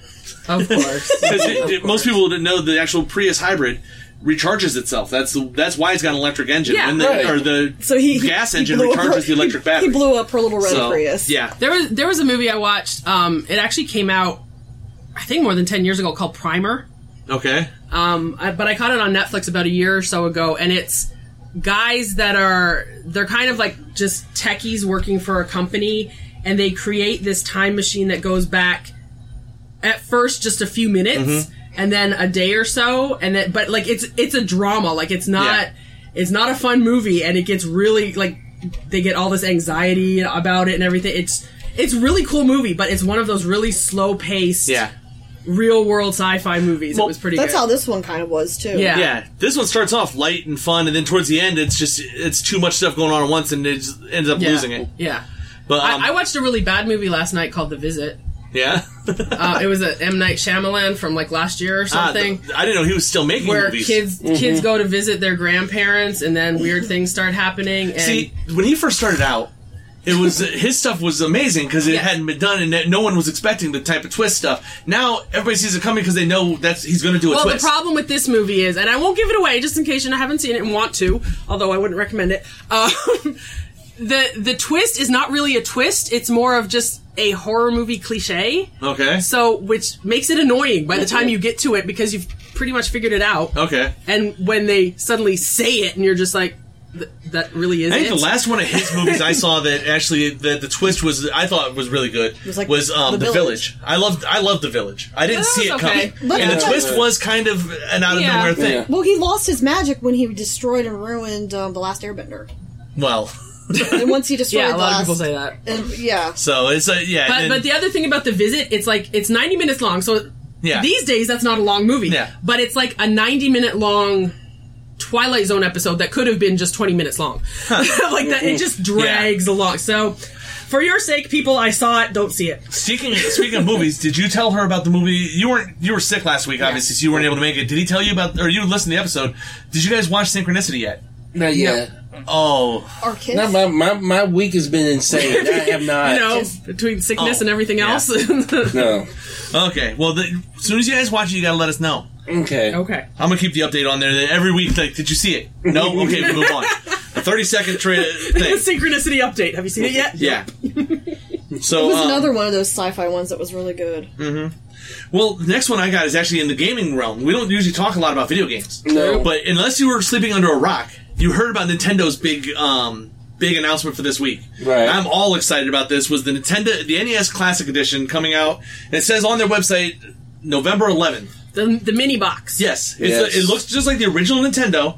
Of
(laughs)
course.
'Cause it- it- most people didn't know the actual Prius hybrid recharges itself. That's the, that's why it's got an electric engine.
Yeah,
When the,
right.
or the
So he-
gas
he
engine
blew up
recharges
her-
the electric battery.
(laughs) He blew up her little red
So,
Prius.
Yeah.
There was there was a movie I watched. Um, it actually came out, I think, more than ten years ago, called Primer.
Okay.
Um, I, but I caught it on Netflix about a year or so ago, and it's guys that are they're kind of like just techies working for a company, and they create this time machine that goes back at first just a few minutes,
Mhm.
and then a day or so, and then but like it's it's a drama, like it's not
Yeah.
it's not a fun movie, and it gets really like they get all this anxiety about it and everything. It's it's really cool movie, but it's one of those really slow paced.
Yeah.
Real world sci-fi movies. it was pretty.
That's
good.
how this one kind of was too.
Yeah.
This one starts off light and fun, and then towards the end, it's just it's too much stuff going on at once, and it just ends up
Yeah.
losing it.
Yeah.
But um,
I, I watched a really bad movie last night called The Visit.
yeah, (laughs)
Uh, it was a M Night Shyamalan from like last year or
Ah,
something.
th- I didn't know he was still making
where
movies. Mm-hmm.
kids kids go to visit their grandparents and then weird things start happening and
See, when he first started out, It was
(laughs)
his stuff was amazing because it hadn't been done and that no one was expecting the type of twist stuff. Now everybody sees it coming because they know that's he's going to do a
well,
twist.
the problem with this movie is, and I won't give it away just in case you haven't seen it and want to, although I wouldn't recommend it. Um, (laughs) the the twist is not really a twist; it's more of just a horror movie cliche.
okay.
So, which makes it annoying by the time you get to it because you've pretty much figured it out.
Okay.
And when they suddenly say it, and you're just like, "Th- "That really is."
I think
it.
the last one of his movies I saw that actually the, the twist was I thought was really good
was like
um,
The
the,
Village.
village. I loved I loved the village. I didn't
That
see it
was okay.
coming,
But
and the
yeah.
twist was kind of an out of nowhere thing.
Well, he lost his magic when he destroyed and ruined um, the Last Airbender.
Well,
And once he destroyed,
(laughs) Yeah, a
the
lot of
last,
people say that.
And, yeah,
so it's a yeah.
But,
and-
but the other thing about the visit, it's like it's 90 minutes long. So
Yeah.
these days, that's not a long movie.
Yeah.
But it's like a 90 minute long Twilight Zone episode that could have been just 20 minutes long. (laughs) like that, it just drags along. So for your sake, people, I saw it. Don't see it.
Speaking speaking of movies, did you tell her about the movie? You weren't you were sick last week, obviously, so you weren't able to make it. Did he tell you about or you listened to the episode? Did you guys watch Synchronicity yet?
Not yet.
Oh,
Our kids.
No, my, my, my week has been insane. I (laughs) have not.
you know, between sickness
Uh, Oh,
and everything
yeah.
else.
No.
Okay. Well, the, as soon as you guys watch it, you gotta let us know.
Okay.
(laughs) okay.
I'm gonna keep the update on there. That every week, like, did you see it?
(laughs)
No. Okay, we move on. A 30 second tra- thing.
(laughs) Synchronicity update. Have you seen it yet?
Yeah.
it
So
was
um,
another one of those sci-fi ones that was really good.
mhm. Well, the next one I got is actually in the gaming realm. We don't usually talk a lot about video games.
No.
But unless you were sleeping under a rock, you heard about Nintendo's big um big announcement for this week.
Right.
I'm all excited about this was the Nintendo the NES Classic Edition coming out. And it says on their website November 11th.
The, the mini box.
Yes, it's
Yes.
it looks just like the original Nintendo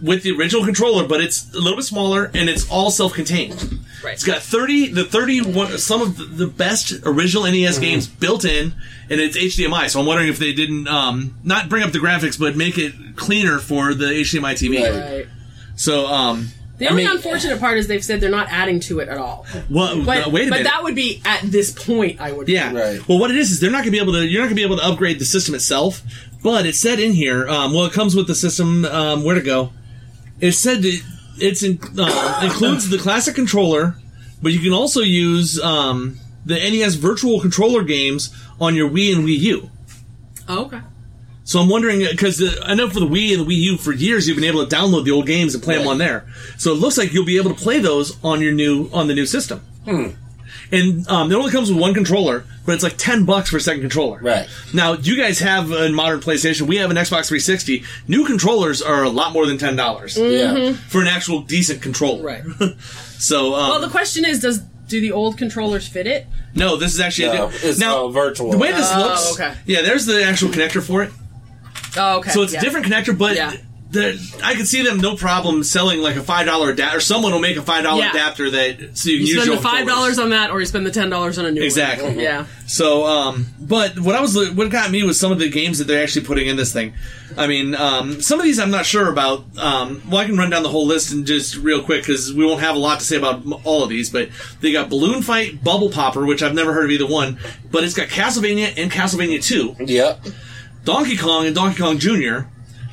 with the original controller, but it's a little bit smaller and it's all self-contained.
Right.
It's got thirty the thirty one some of the- the best original NES games built in, and it's HDMI. So I'm wondering if they didn't um, not bring up the graphics, but make it cleaner for the HDMI TV.
Right.
So um,
The only unfortunate part is they've said they're not adding to it at all.
well,
But,
uh, wait a
but
minute.
that would be at this point, I would
Yeah. Right. Well, what it is is they're not going to be able to. You're not going to be able to upgrade the system itself. But it said in here. Um, well, it comes with the system. Um, where to go? It said that it's in, um, includes the classic controller, but you can also use um, the NES Virtual Controller games on your Wii and Wii U.
Oh, okay.
So I'm wondering because I know for the Wii and the Wii U for years you've been able to download the old games and play them on there. So it looks like you'll be able to play those on your new on the new system.
Hmm.
And um, it only comes with one controller, but it's like ten bucks for a second controller.
Right.
Now you guys have a modern PlayStation. We have an Xbox 360. New controllers are a lot more than ten dollars.
Mm.
Mhm.
Mm-hmm.
For an actual decent controller.
Right.
So um,
(laughs) well, the question is, does do the old controllers fit it?
no, this is actually
No, it's,
now
uh, virtual.
The way this
Oh,
looks.
okay.
Yeah, there's the actual connector for it.
Oh, okay.
So it's
yeah.
a different connector, but
Yeah.
the- I can see them no problem selling like a five dollar adapter, or someone will make a five dollar
Yeah.
adapter that so you can use
You spend
your
the five
controllers.
dollars on that, or you spend the ten dollars on a new one.
Exactly.
Yeah.
So, um, but what I was what got me was some of the games that they're actually putting in this thing. I mean, um, some of these I'm not sure about. Um, well, I can run down the whole list and just real quick because we won't have a lot to say about m- all of these. But they got Balloon Fight, Bubble Popper, which I've never heard of either one, but it's got Castlevania and Castlevania Two.
Yep.
Donkey Kong and Donkey Kong Jr.,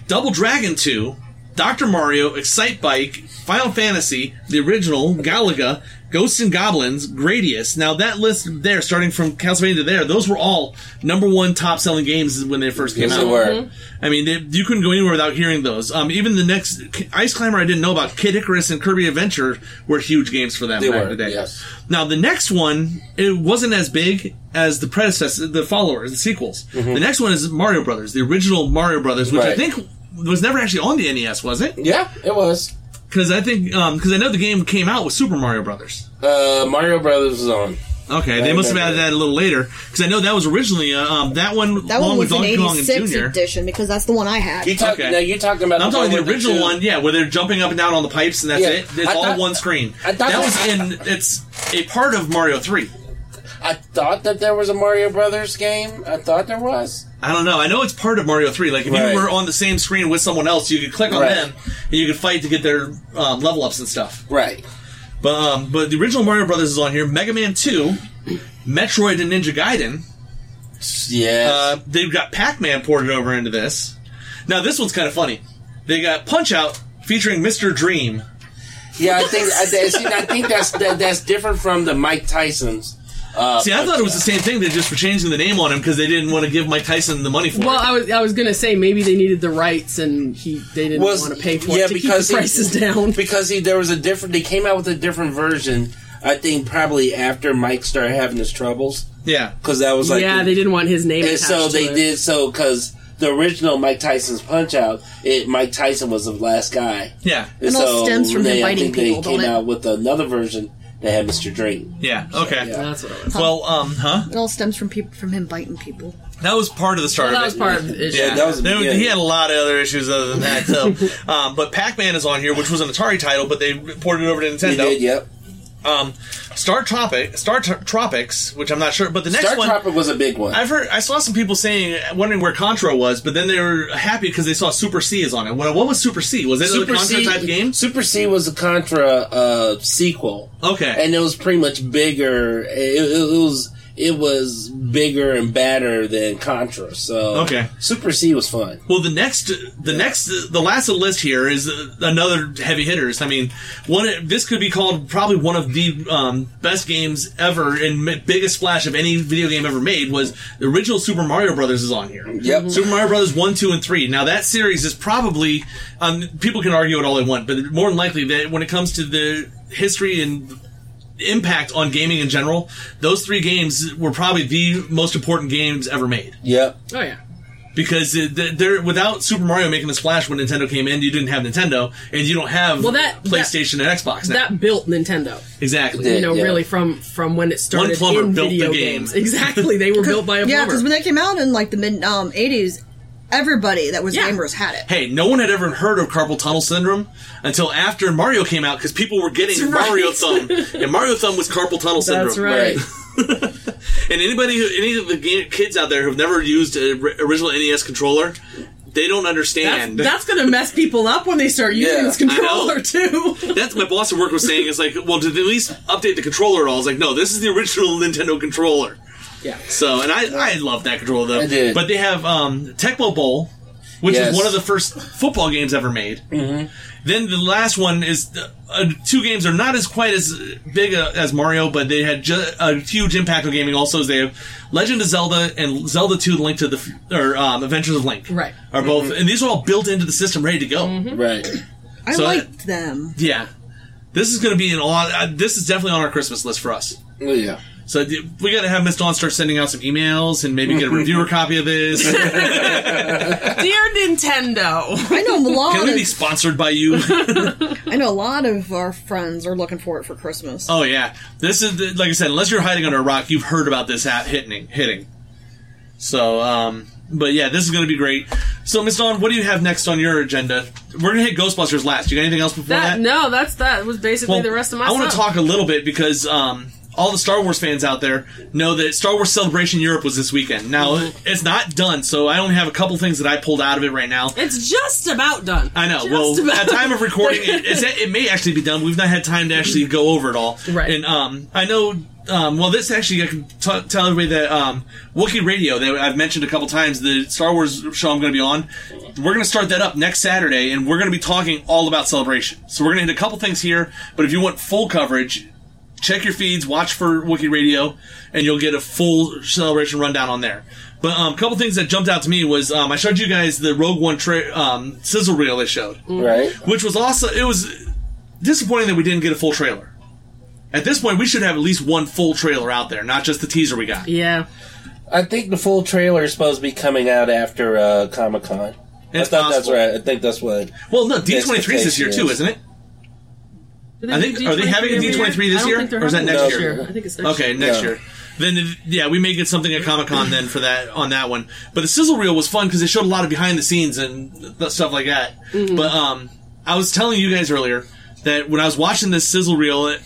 Double Dragon 2, Dr. Mario, Excite Bike, Final Fantasy, the original, Galaga, Ghosts and Goblins, Gradius. Now, that list there, starting from Castlevania to there, those were all number one top selling games when they first came
Yes,
out.
they were. Mhm.
I mean, they, you couldn't go anywhere without hearing those. Um, even the next Ice Climber, I didn't know about, Kid Icarus and Kirby Adventure were huge games for them
They
back
were,
in the day.
yes.
Now the next one, it wasn't as big as the predecessor, the followers, the sequels. The next one is Mario Brothers, the original Mario Brothers, which I
Mm-hmm. Right.
think was never actually on the NES, was it?
Yeah, it was.
Because I think because I know the game came out with Super Mario Brothers.
Uh, Mario Brothers was on.
Okay, they
I
must have
remember
added that a little later because I know that was originally uh, um, that one
That
along
one was
with
an
Donkey Kong and
'86
Junior.
edition because that's the one I had.
You talk,
Okay.
Now you're talking about.
I'm talking the
one with
original
two-
one, yeah, where they're jumping up and down on the pipes and that's
Yeah.
it. It's
I
all
thought-
one screen.
I
That,
thought that-
was in. It's a part of Mario Three.
I thought that there was a Mario Brothers game. I thought there was.
I don't know. I know it's part of Mario Three. Like if
Right.
you were on the same screen with someone else, you could click on
Right.
them and you could fight to get their um, level ups and stuff.
Right.
But um, but the original Mario Brothers is on here. Mega Man Two, Metroid and Ninja Gaiden.
Yeah.
Uh, they've got Pac Man ported over into this. Now this one's kind of funny. They got Punch Out featuring Mr. Dream
Yeah, I think I, th- see, I think that's that, that's different from the Mike Tyson's. Uh,
See, I thought it was the same thing. They just were changing the name on him because they didn't want to give Mike Tyson the money
Mm-hmm.
for
Well,
it.
I was I was gonna say maybe they needed the rights and he they didn't
was-
want to pay for
yeah,
it to
because
keep the prices
he,
down.
Because he, there was a different. They came out with a different version. I think probably after Mike started having his troubles.
Yeah,
because that was like
yeah, they didn't want his name.
And
attached
so they
to it.
did so because the original Mike Tyson's Punch Out, it Mike Tyson was the last guy.
Yeah,
And
It all stems from him
they, I
biting
think
people,
They
don't
came
it?
out with another version that had Mr. Drake.
Yeah. Okay.
That's what it was.
Well, um, huh?
It all stems from people from him biting people.
That was part of the start.
Well,
of
that
it.
was part of the issue.
Yeah,
Yeah, that was the
There-
beginning.
he had a lot of other issues other than that. (laughs) So, um, but Pac-Man is on here, which was an Atari title, but they ported it over to Nintendo.
did, yep.
Um, Star Tropic, Star Tro- Tropics, which I'm not sure, but the next
Star
one
Tropic was a big one.
I've heard. I saw some people saying, wondering where Contra was, but then they were happy because they saw Super C is on it. What, what was Super C? Was it a Contra type game?
Super C was a Contra uh, sequel.
Okay.
(laughs) and it was pretty much bigger. It, it, it was it was bigger and badder than Contra. So
Okay.
Super C was fun.
Well, the next, the next, the last of the list here is uh, another heavy hitters. I mean, one this could be called probably one of the um, best games ever and m- biggest splash of any video game ever made was the original Super Mario Brothers is on here.
Yep.
Super Mario Brothers one, two, and three. Now that series is probably um, people can argue it all they want, but more than likely that when it comes to the history and impact on gaming in general, those three games were probably the most important games ever made
Yep.
Oh yeah.
because uh, th- they're without Super Mario making a splash when Nintendo came in, you didn't have Nintendo, and you don't have
Well, that-
PlayStation and Xbox now.
That built Nintendo.
exactly.
you know, really from from when it started
plumber
in
built the
video
game.
games.
(laughs)
Exactly, they were built by a
yeah,
plumber.
because when that came out in like the mid um, 80s, everybody that was gamers had it.
Hey, no one had ever heard of carpal tunnel syndrome until after Mario came out because people were getting
That's right.
Mario
(laughs)
Thumb, and Mario Thumb was carpal tunnel syndrome.
That's right.
(laughs) and anybody, who, any of the ga- kids out there who've never used an original NES controller, they don't understand.
That's gonna mess people up when they start using
Yeah.
this
I know.
controller too.
(laughs) That's my boss at work was saying. It's like, well, did they at least update the controller at all? I was like, no, this is the original Nintendo controller.
Yeah.
So, and I I love that controller though.
I did.
But they have um, Tecmo Bowl, which
Yes. Mm-hmm.
is one of the first football games ever made. Then the last one is uh, uh, two games are not as quite as big uh, as Mario, but they had ju- a huge impact on gaming. Also, is they have Legend of Zelda and Zelda Two: Link to the F- or um, Adventures of Link.
Right.
Are both,
Mm-hmm.
and these are all built into the system, ready to go.
Right.
I
So- uh,
liked them.
Yeah, this is going to be an on. Uh, this is definitely on our Christmas list for us.
Yeah.
So d- we got to have Miss Dawn start sending out some emails and maybe get a
(laughs)
reviewer copy of this. Can
Dear Nintendo,
I know a lot.
we be
Of,
sponsored by you?
I know a lot of our friends are looking for it for Christmas.
Oh yeah, this is the- like I said. Unless you're hiding under a rock, you've heard about this hat hitting. Hitting. So, um, but yeah, this is going to be great. So, Miss Dawn, what do you have next on your agenda? We're going to hit Ghostbusters last. You got anything else before
that
that?
no, that's that was basically
Well,
the rest of my.
I want to
stuff.
talk a little bit because um, all the Star Wars fans out there know that Star Wars Celebration Europe was this weekend. Now
Mm-hmm.
it's not done, so I only have a couple things that I pulled out of it right now.
It's just about done.
I know.
Just
well,
about.
at time of recording, it,
(laughs)
it's, it may actually be done. We've not had time to actually go over it all. Right. And um, I know. Um, well, this actually I can t- tell everybody that um, Wookiee Radio that I've mentioned a couple times, the Star Wars show I'm going to be on, we're going to start that up next Saturday, and we're going to be talking all about Celebration. So we're going to hit a couple things here, but if you want full coverage, check your feeds, watch for Wookiee Radio, and you'll get a full celebration rundown on there. But um, a couple things that jumped out to me was um, I showed you guys the Rogue One tra- um, sizzle reel they showed,
Right.
Which was also it was disappointing that we didn't get a full trailer. At this point, we should have at least one full trailer out there, not just the teaser we got.
Yeah.
I think the full trailer is supposed to be coming out after uh, Comic Con. I
It's
thought that's
possible.
right. I think that's what.
Well, no, D23 is this year too,
Expectation is.
isn't it? I think are they having a D twenty three this year, or is that next year? okay, next year. Then if- yeah, we may get something at Comic Con then for that on that one. But the sizzle reel was fun because they showed a lot of behind the scenes and th- stuff like that.
Mhm.
But um, I was telling you guys earlier that when I was watching this sizzle reel, it,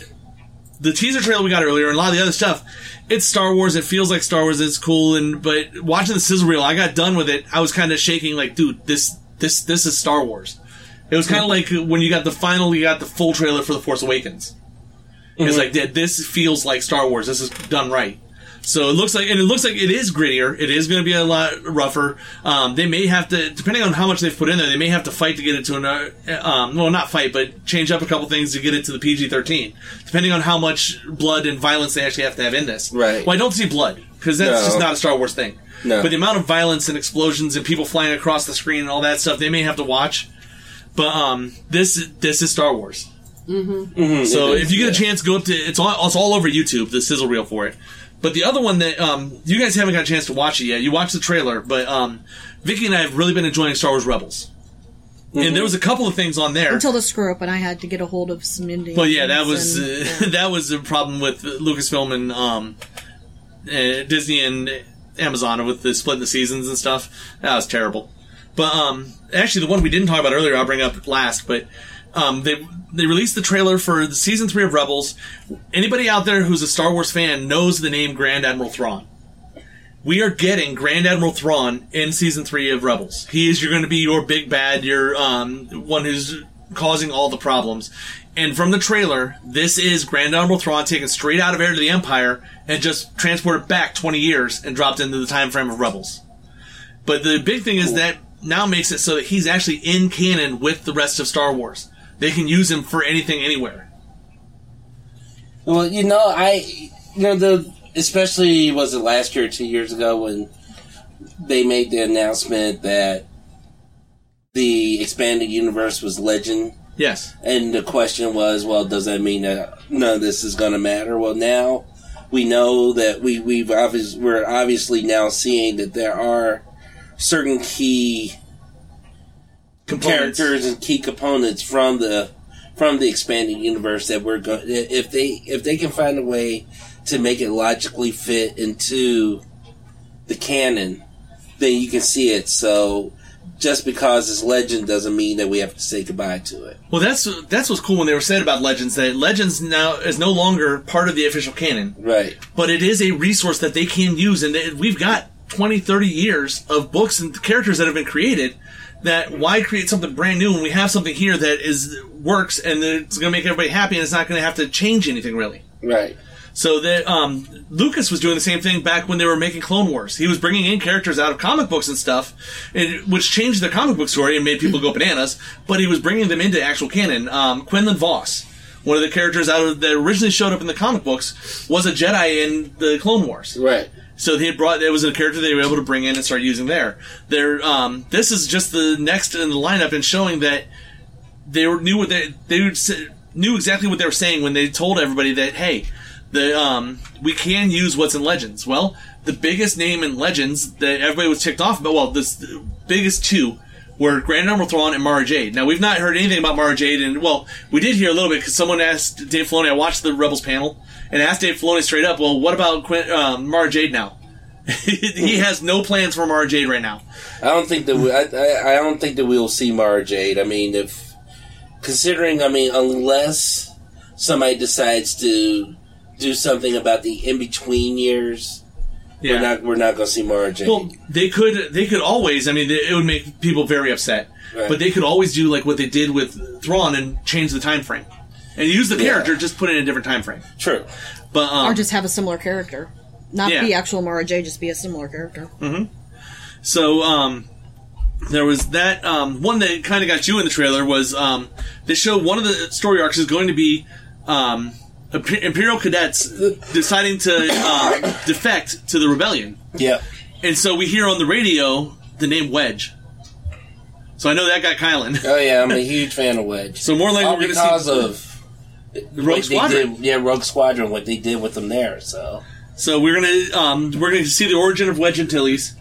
the teaser trailer we got earlier and a lot of the other stuff, it's Star Wars. It feels like Star Wars. It's cool. And but watching the sizzle reel, I got done with it. I was kind of shaking, like, dude, this this this is Star Wars. It was kind of like when you got the final, you got the full
Mm-hmm.
trailer for the Force Awakens. It's like that. This feels like Star Wars. This is done right. So it looks like, and it looks like it is grittier. It is going to be a lot rougher. Um, they may have to, depending on how much they've put in there, they may have to fight to get it to another. Um, well, not fight, but change up a couple things to get it to the PG thirteen. Depending on how much blood and violence they actually have to have in this.
Right.
Well, I don't see blood because that's
No.
just not a Star Wars thing.
No.
But the amount of violence and explosions and people flying across the screen and all that stuff, they may have to watch. But um, this this is Star Wars.
Mm-hmm.
So
it is,
if you get a chance, go up to it's all it's all over YouTube the sizzle reel for it. But the other one that um, you guys haven't got a chance to watch it yet. You watched the trailer, but um, Vicky and I have really been enjoying Star Wars Rebels,
Mm-hmm.
and there was a couple of things on there.
Until the screw up, and I had to get a hold of some Indians.
But yeah, that was uh, (laughs)
and-
that was a problem with Lucasfilm and um, uh, Disney and Amazon with the splitting the seasons and stuff. That was terrible. But um, actually, the one we didn't talk about earlier, I'll bring up last. But um, they they released the trailer for the season three of Rebels. Anybody out there who's a Star Wars fan knows the name Grand Admiral Thrawn. We are getting Grand Admiral Thrawn in season three of Rebels. He is you're going to be your big bad, your um, one who's causing all the problems. And from the trailer, this is Grand Admiral Thrawn taken straight out of Heir to the Empire and just transported back 20 years and dropped into the time frame of Rebels. But the big thing is that now makes it so that he's actually in canon with the rest of Star Wars. They can use him for anything anywhere.
Well, you know, I you know the especially was it last year, or two years ago when they made the announcement that the expanded universe was legend,
Yes.
and the question was, well, does that mean that none of this is going to matter? Well, now we know that we we've obvious, we're obviously now seeing that there are certain key
Components.
characters and key components from the from the expanded universe that we're going if they if they can find a way to make it logically fit into the canon then you can see it so just because it's legend doesn't mean that we have to say goodbye to it
Well, that's that's what's cool when they were saying about Legends that Legends now is no longer part of the official canon.
Right.
But it is a resource that they can use, and that we've got 20, 30 years of books and characters that have been created. That why create something brand new when we have something here that is works and that it's going to make everybody happy, and it's not going to have to change anything really.
Right.
So that um, Lucas was doing the same thing back when they were making Clone Wars. He was bringing in characters out of comic books and stuff, and, which changed the comic book story and made people go bananas. But he was bringing them into actual canon. Um, Quinlan Voss, one of the characters out of that originally showed up in the comic books, was a Jedi in the Clone Wars.
Right.
So they had brought it was a character they were able to bring in and start using there. There, um, this is just the next in the lineup and showing that they were, knew what they they would say- knew exactly what they were saying when they told everybody that hey, the um, we can use what's in Legends. Well, the biggest name in Legends that everybody was ticked off about, well, this the biggest two were Grand Admiral Thrawn and Mara Jade. Now we've not heard anything about Mara Jade, and well, we did hear a little bit because someone asked Dave Filoni. I watched the Rebels panel and asked Dave Filoni straight up, well, what about Quin- um, Mara Jade now? (laughs) he has no plans for Mara Jade right now.
i don't think that we, I, I, I don't think that we'll see mara jade i mean if considering i mean unless somebody decides to do something about the in-between years
Yeah.
we're not we're not gonna see mara jade
Well, they could they could always. I mean, it would make people very upset,
Right.
but they could always do like what they did with Thrawn and change the time frame and use the character, just put it in a different time frame.
True,
but um,
or just have a similar character. Not
Yeah.
be actual Mara J, just be a similar character.
hmm So, um, there was that um, one that kind of got you in the trailer was um, they show one of the story arcs is going to be um, Imper- Imperial cadets deciding to um, (coughs) defect to the rebellion.
Yeah.
And so we hear on the radio the name Wedge. So I know that guy Kylan. (laughs)
Oh yeah, I'm a huge fan of Wedge.
So more likely
All
we're going to see
because of
Rogue
what they
Squadron.
did- yeah, Rogue Squadron. What they did with them there. So
So we're gonna um, we're gonna see the origin of Wedge Antilles.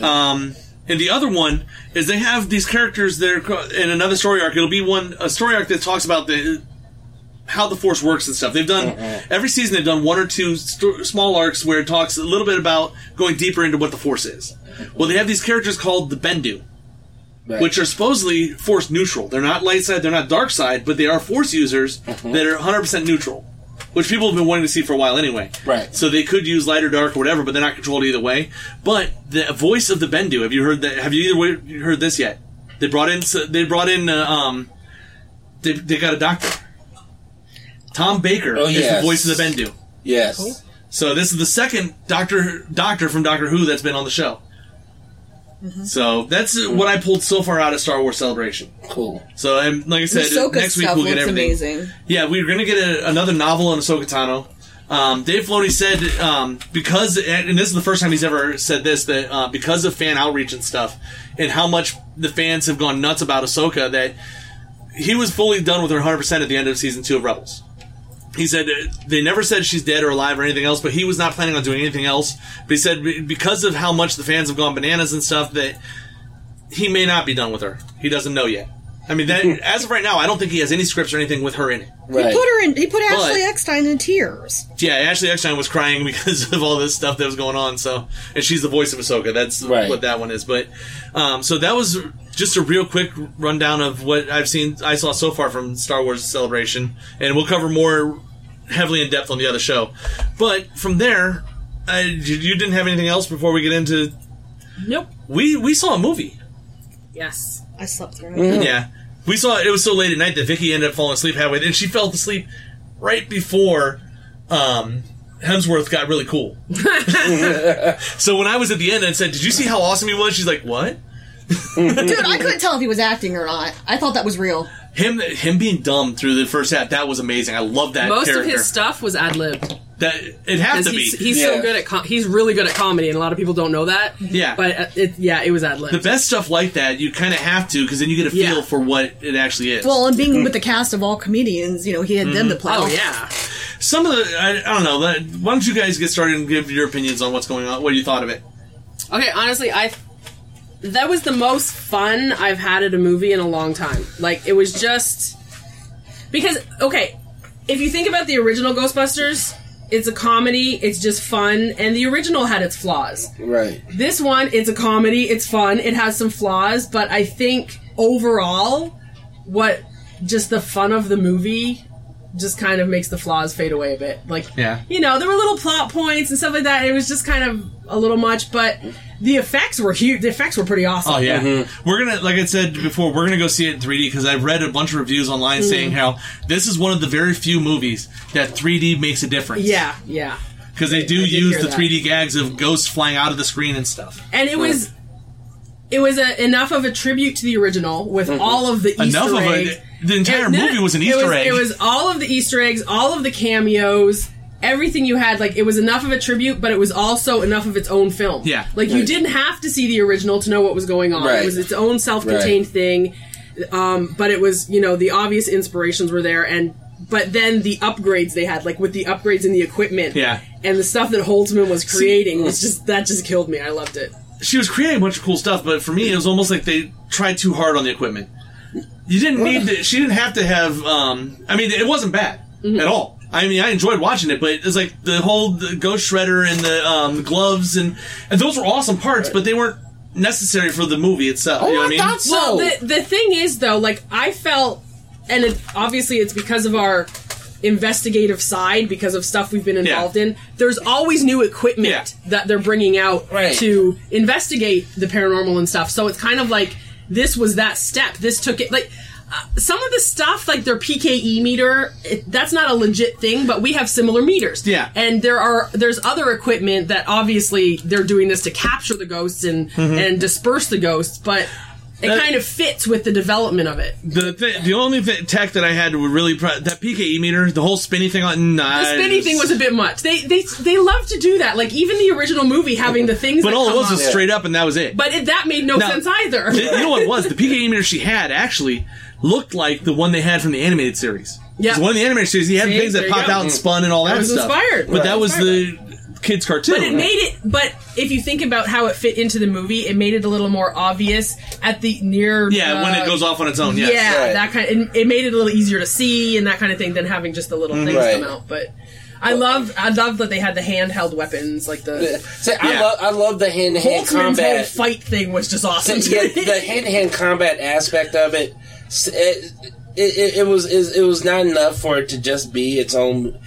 Um, and the other one is they have these characters that are co- in another story arc. It'll be one a story arc that talks about the how the Force works and stuff. They've done every season. They've done one or two st- small arcs where it talks a little bit about going deeper into what the Force is. Well, they have these characters called the Bendu,
Right.
which are supposedly Force neutral. They're not light side. They're not dark side, but they are Force users
Mm-hmm.
that are 100 percent neutral, which people have been wanting to see for a while anyway.
Right.
So they could use light or dark or whatever, but they're not controlled either way. But the voice of the Bendu, have you heard that? Have you either way you heard this yet? They brought in. so They brought in. Uh, um, they, they got a doctor. Tom Baker
Oh,
is
yes.
the voice of the Bendu.
yes,
So this is the second Doctor Doctor from Doctor Who that's been on the show. So that's what I pulled so far out of Star Wars Celebration.
Cool.
So and like I said,
Ahsoka
next week
stuff
we'll get
looks
everything.
amazing.
Yeah, we're gonna get a, another novel on Ahsoka Tano. Um, Dave Filoni said um, because, and this is the first time he's ever said this, that uh, because of fan outreach and stuff, and how much the fans have gone nuts about Ahsoka, that he was fully done with her 100 percent at the end of season two of Rebels. He said uh, they never said she's dead or alive or anything else, but he was not planning on doing anything else. But he said be- because of how much the fans have gone bananas and stuff, that he may not be done with her. He doesn't know yet. I mean, that as of right now, I don't think he has any scripts or anything with her in it.
He put her in. He put
But-
Ashley Eckstein in tears.
Yeah, Ashley Eckstein was crying (laughs) because of all this stuff that was going on. So, and she's the voice of Ahsoka. That's what that one is. But, um, so that was just a real quick rundown of what I've seen, I saw so far from Star Wars Celebration, and we'll cover more heavily in depth on the other show. But from there, I, you you didn't have anything else before we get into.
Nope.
We we saw a movie.
Yes.
I slept through
Yeah. We saw it was so late at night that Vicky ended up falling asleep halfway and she fell asleep right before um, Hemsworth got really
(laughs)
cool. (laughs) so when I was at the end and said, Did you see how awesome he was? She's like, What?
Dude, I couldn't tell if he was acting or not. I thought that was real.
him him being dumb through the first half, that was amazing. I love that
Most
character.
of his stuff was ad libbed.
that it has to be.
he's, he's so good at com- he's really good at comedy, and a lot of people don't know that.
Yeah.
but uh, it, yeah, it was ad
The
libbed.
best stuff like that, you kind of have to because then you get a feel
Yeah.
for what it actually is.
Well, and being with the cast of all comedians, you know, he had them
Hmm.
to play.
Oh,
off.
yeah. Some of the I, I don't know. that- Why don't you guys get started and give your opinions on what's going on? What you thought of it?
Okay, honestly, I that was the most fun I've had at a movie in a long time. Like it was just because okay, if you think about the original Ghostbusters, it's a comedy, it's just fun, and the original had its flaws.
Right.
This one, it's a comedy, it's fun, it has some flaws, but I think overall, what just the fun of the movie just kind of makes the flaws fade away a bit. Like,
Yeah.
you know, there were little plot points and stuff like that. It was just kind of a little much, but the effects were huge. The effects were pretty awesome.
Oh yeah,
Mm-hmm.
we're gonna like I said before, we're gonna go see it in 3D because I've read a bunch of reviews online
Mhm.
saying how this is one of the very few movies that 3D makes a difference.
yeah, yeah.
because they do
I did
use
hear
the
that.
3D gags of ghosts flying out of the screen and stuff.
And it was, it was a, enough of a tribute to the original with all of the Easter
Mm-hmm. enough of
eggs.
it. The entire movie was an
It
Easter egg.
It was all of the Easter eggs, all of the cameos, everything you had. Like it was enough of a tribute, but it was also enough of its own film.
Yeah.
like you
Right.
didn't have to see the original to know what was going on.
Right.
It was its own self-contained thing. Um, but it was you know the obvious inspirations were there, and but then the upgrades they had, like with the upgrades in the equipment,
Yeah.
and the stuff that Holtzman was creating was just that just killed me. I loved it.
She was creating a bunch of cool stuff, but for me, it was almost like they tried too hard on the equipment. You didn't need to. She didn't have to have. Um, I mean, it wasn't bad
Mm-hmm.
at all. I mean, I enjoyed watching it, but it's like the whole the ghost shredder and the um, gloves and and those were awesome parts, but they weren't necessary for the movie itself.
Oh,
you know what I mean?
Well, the, the thing is, though, like I felt, and it, obviously it's because of our investigative side, because of stuff we've been involved in. There's always new equipment that they're bringing out
Right.
to investigate the paranormal and stuff. So it's kind of like this was that step. This took it like. uh, Some of the stuff, like their PKE meter, it, that's not a legit thing, but we have similar meters. Yeah, and there are there's other equipment that obviously they're doing this to capture the ghosts and
Mhm.
and disperse the ghosts, but it
That-
kind of fits with the development of it.
The th- the only th- tech that I had would really pro- that PKE meter, the whole spinny thing on. Nah,
The spinny
it's-
thing was a bit much. They they they love to do that. Like even the original movie having the things,
but
that
all it
come
was was
up.
straight up, and that was it.
But it, that made no
Now,
sense either.
th- you know what it was? The PKE meter she had actually looked like the one they had from the animated series.
Yeah.
It's one of the animated series, he had
See?
things
There
that
you
popped
go.
out and spun and all
I
that
was
stuff.
inspired.
But
Right.
that was the kids' cartoon.
(laughs) But it made it. But if you think about how it fit into the movie, it made it a little more obvious at the near.
Yeah, when it
uh,
goes off on its own, yes.
Yeah,
Right.
that kind. it, it made it a little easier to see and that kind of thing than having just the little
Mhm.
things
Right.
come out. But I love, I love that they had the handheld weapons, like the.
(laughs) See, I love I love the hand to hand
Holtzman's whole
combat.
fight thing was just awesome. (laughs)
So, yeah, the hand to hand combat aspect of it, s- it, it, it, it was is- it was not enough for it to just be its own.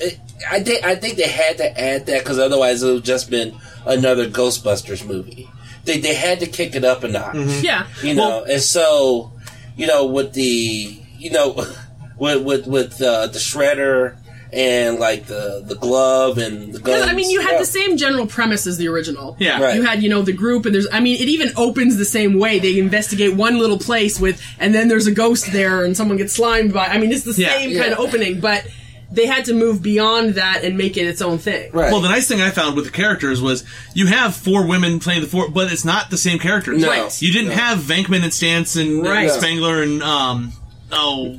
It, I think I think they had to add that because otherwise it would have just been another Ghostbusters movie. They they had to kick it up a notch.
Mhm. Yeah.
you know, and so (laughs) you know with the you know with with with uh, the shredder and like the the glove and the guns.
I mean, you had the same general premise as the original.
Yeah. Right.
You had, you know, the group, and there's, I mean, it even opens the same way. They investigate one little place with, and then there's a ghost there, and someone gets slimed by. I mean, it's the
Yeah.
same kind of
Yeah.
opening, but they had to move beyond that and make it its own thing.
Well, the nice thing I found with the characters was you have four women playing the four, but it's not the same characters.
No. Right.
You didn't
No.
have Venkman and Stance and, and
Right.
Spangler and um oh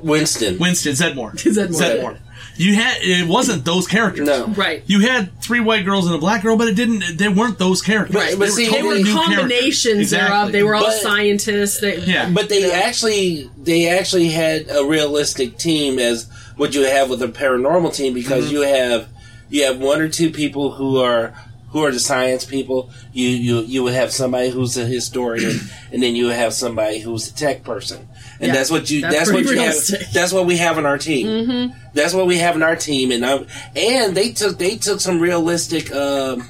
Winston
Winston Zedmore
(laughs) Zedmore.
You had it wasn't those characters. No.
Right.
You had three white girls and a black girl, but it didn't. They weren't those characters.
Right, but
they
see,
were
they
totally
were
new characters.
Combinations thereof.
Exactly.
They were all
But-
scientists. They,
But they actually they actually had a realistic team as what you have with a paranormal team because
Mm-hmm.
you have you have one or two people who are who are the science people. You you you would have somebody who's
(clears throat)
a historian and then you would have somebody who's a tech person. And
Yeah,
that's what you
that's
that's, what
pretty
you
realistic. Mm-hmm.
have that's what we have in our team. That's what we have in our team and i and they took they took some realistic um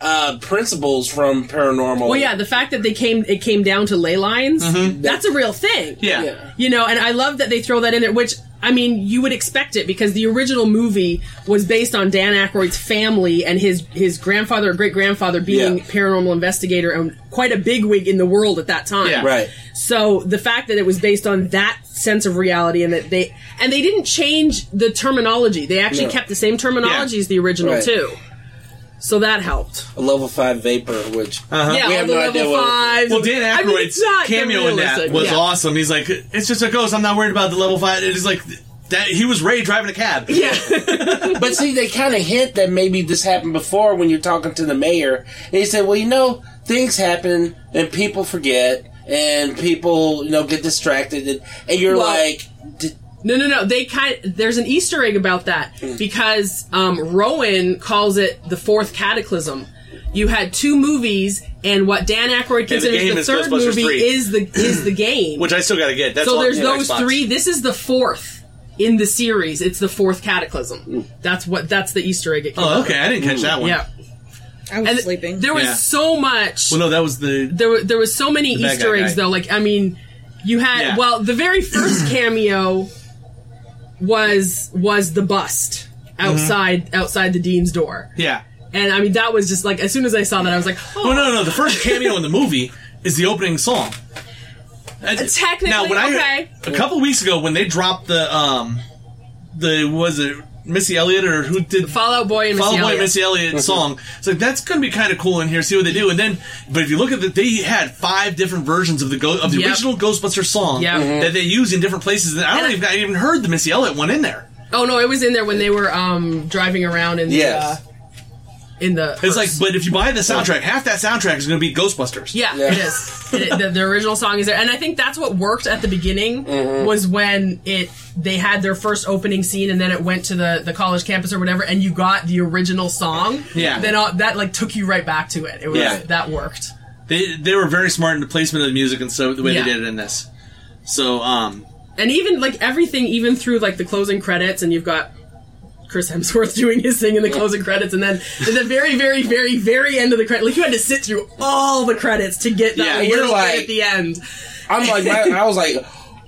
uh, principles from paranormal.
Well, yeah, the fact that they came, it came down to ley lines. That's a real thing.
Yeah. Yeah.
you know, and I love that they throw that in there. Which I mean, you would expect it because the original movie was based on Dan Aykroyd's family and his his grandfather or great grandfather being
Yeah.
paranormal investigator and quite a bigwig in the world at that time.
Yeah. Right.
So the fact that it was based on that sense of reality and that they and they didn't change the terminology. They actually
No.
kept the same terminology as the original
Right.
too. So that helped.
a level five vapor, which
Yeah, all the level five.
Well, Dan
I mean,
Aykroyd's
it's not the
cameo in that
realistic-
was
yeah.
awesome. He's like, it's just a ghost. I'm not worried about the level five. It's like that. He was Ray driving a cab.
Yeah.
but see, they kind of hint that maybe this happened before when you're talking to the mayor. And he said, well, you know, things happen and people forget and people, you know, get distracted. And, and you're
Well-
like,
(laughs) No, no, no. They kind there's an Easter egg about that because um, Rowan calls it the fourth cataclysm. You had two movies, and what Dan Aykroyd
And the
considers
game
the,
is
third
Ghostbusters
movie
3.
is the
(clears throat)
is the game.
Which I still got to get. That's
so
on
there's
the
those
Xbox.
three. This is the fourth in the series. It's the fourth cataclysm. That's what that's the Easter egg. It came
Hmm. Oh,
up
okay.
with.
I didn't catch that one.
Yeah, I was sleeping. There was
Yeah.
so much.
Well, no, that was the.
there were there was so many
The bad
Easter
guy
eggs
guy.
though. Like I mean, you had
Yeah.
well the
(clears throat)
very first cameo was was the bust outside outside the dean's door,
Mm-hmm. Yeah.
and I mean that was just like as soon as I saw that I was like, oh,
Oh no, no. The first cameo in the movie is the opening song. Uh,
technically, okay.
I, a couple weeks ago when they dropped the um, the was it Missy Elliott or who did
(laughs) Fallout Boy and
Fall Out
Missy
Boy and
Elliott.
Missy Elliott song. It's like that's gonna be kind of cool in here. See what they do, and then but if you look at the, they had five different versions of the go- of the
Yep.
original Ghostbuster song
Yep. Mhm.
that they use in different places. And I don't even I even heard the Missy Elliott one in there.
oh no, it was in there when they were um driving around in the
Yes.
uh, in the
It's like, but if you buy the soundtrack, half that soundtrack is gonna be Ghostbusters.
Yeah, it is. It- the, the original song is there, and I think that's what worked at the beginning
Mhm.
was when it they had their first opening scene, and then it went to the the college campus or whatever, and you got the original song.
Yeah.
then all, that like took you right back to it. It was
Yeah.
that worked.
They they were very smart in the placement of the music and so the way
Yeah.
they did it in this. So um
and even like everything, even through like the closing credits, and you've got Chris Hemsworth (laughs) doing his thing in the closing credits, and then at the very, very, very, very end of the credit, like you had to sit through all the credits to get that
Yeah,
little
you're
bit
like-
at the end.
I'm like, my, I was like,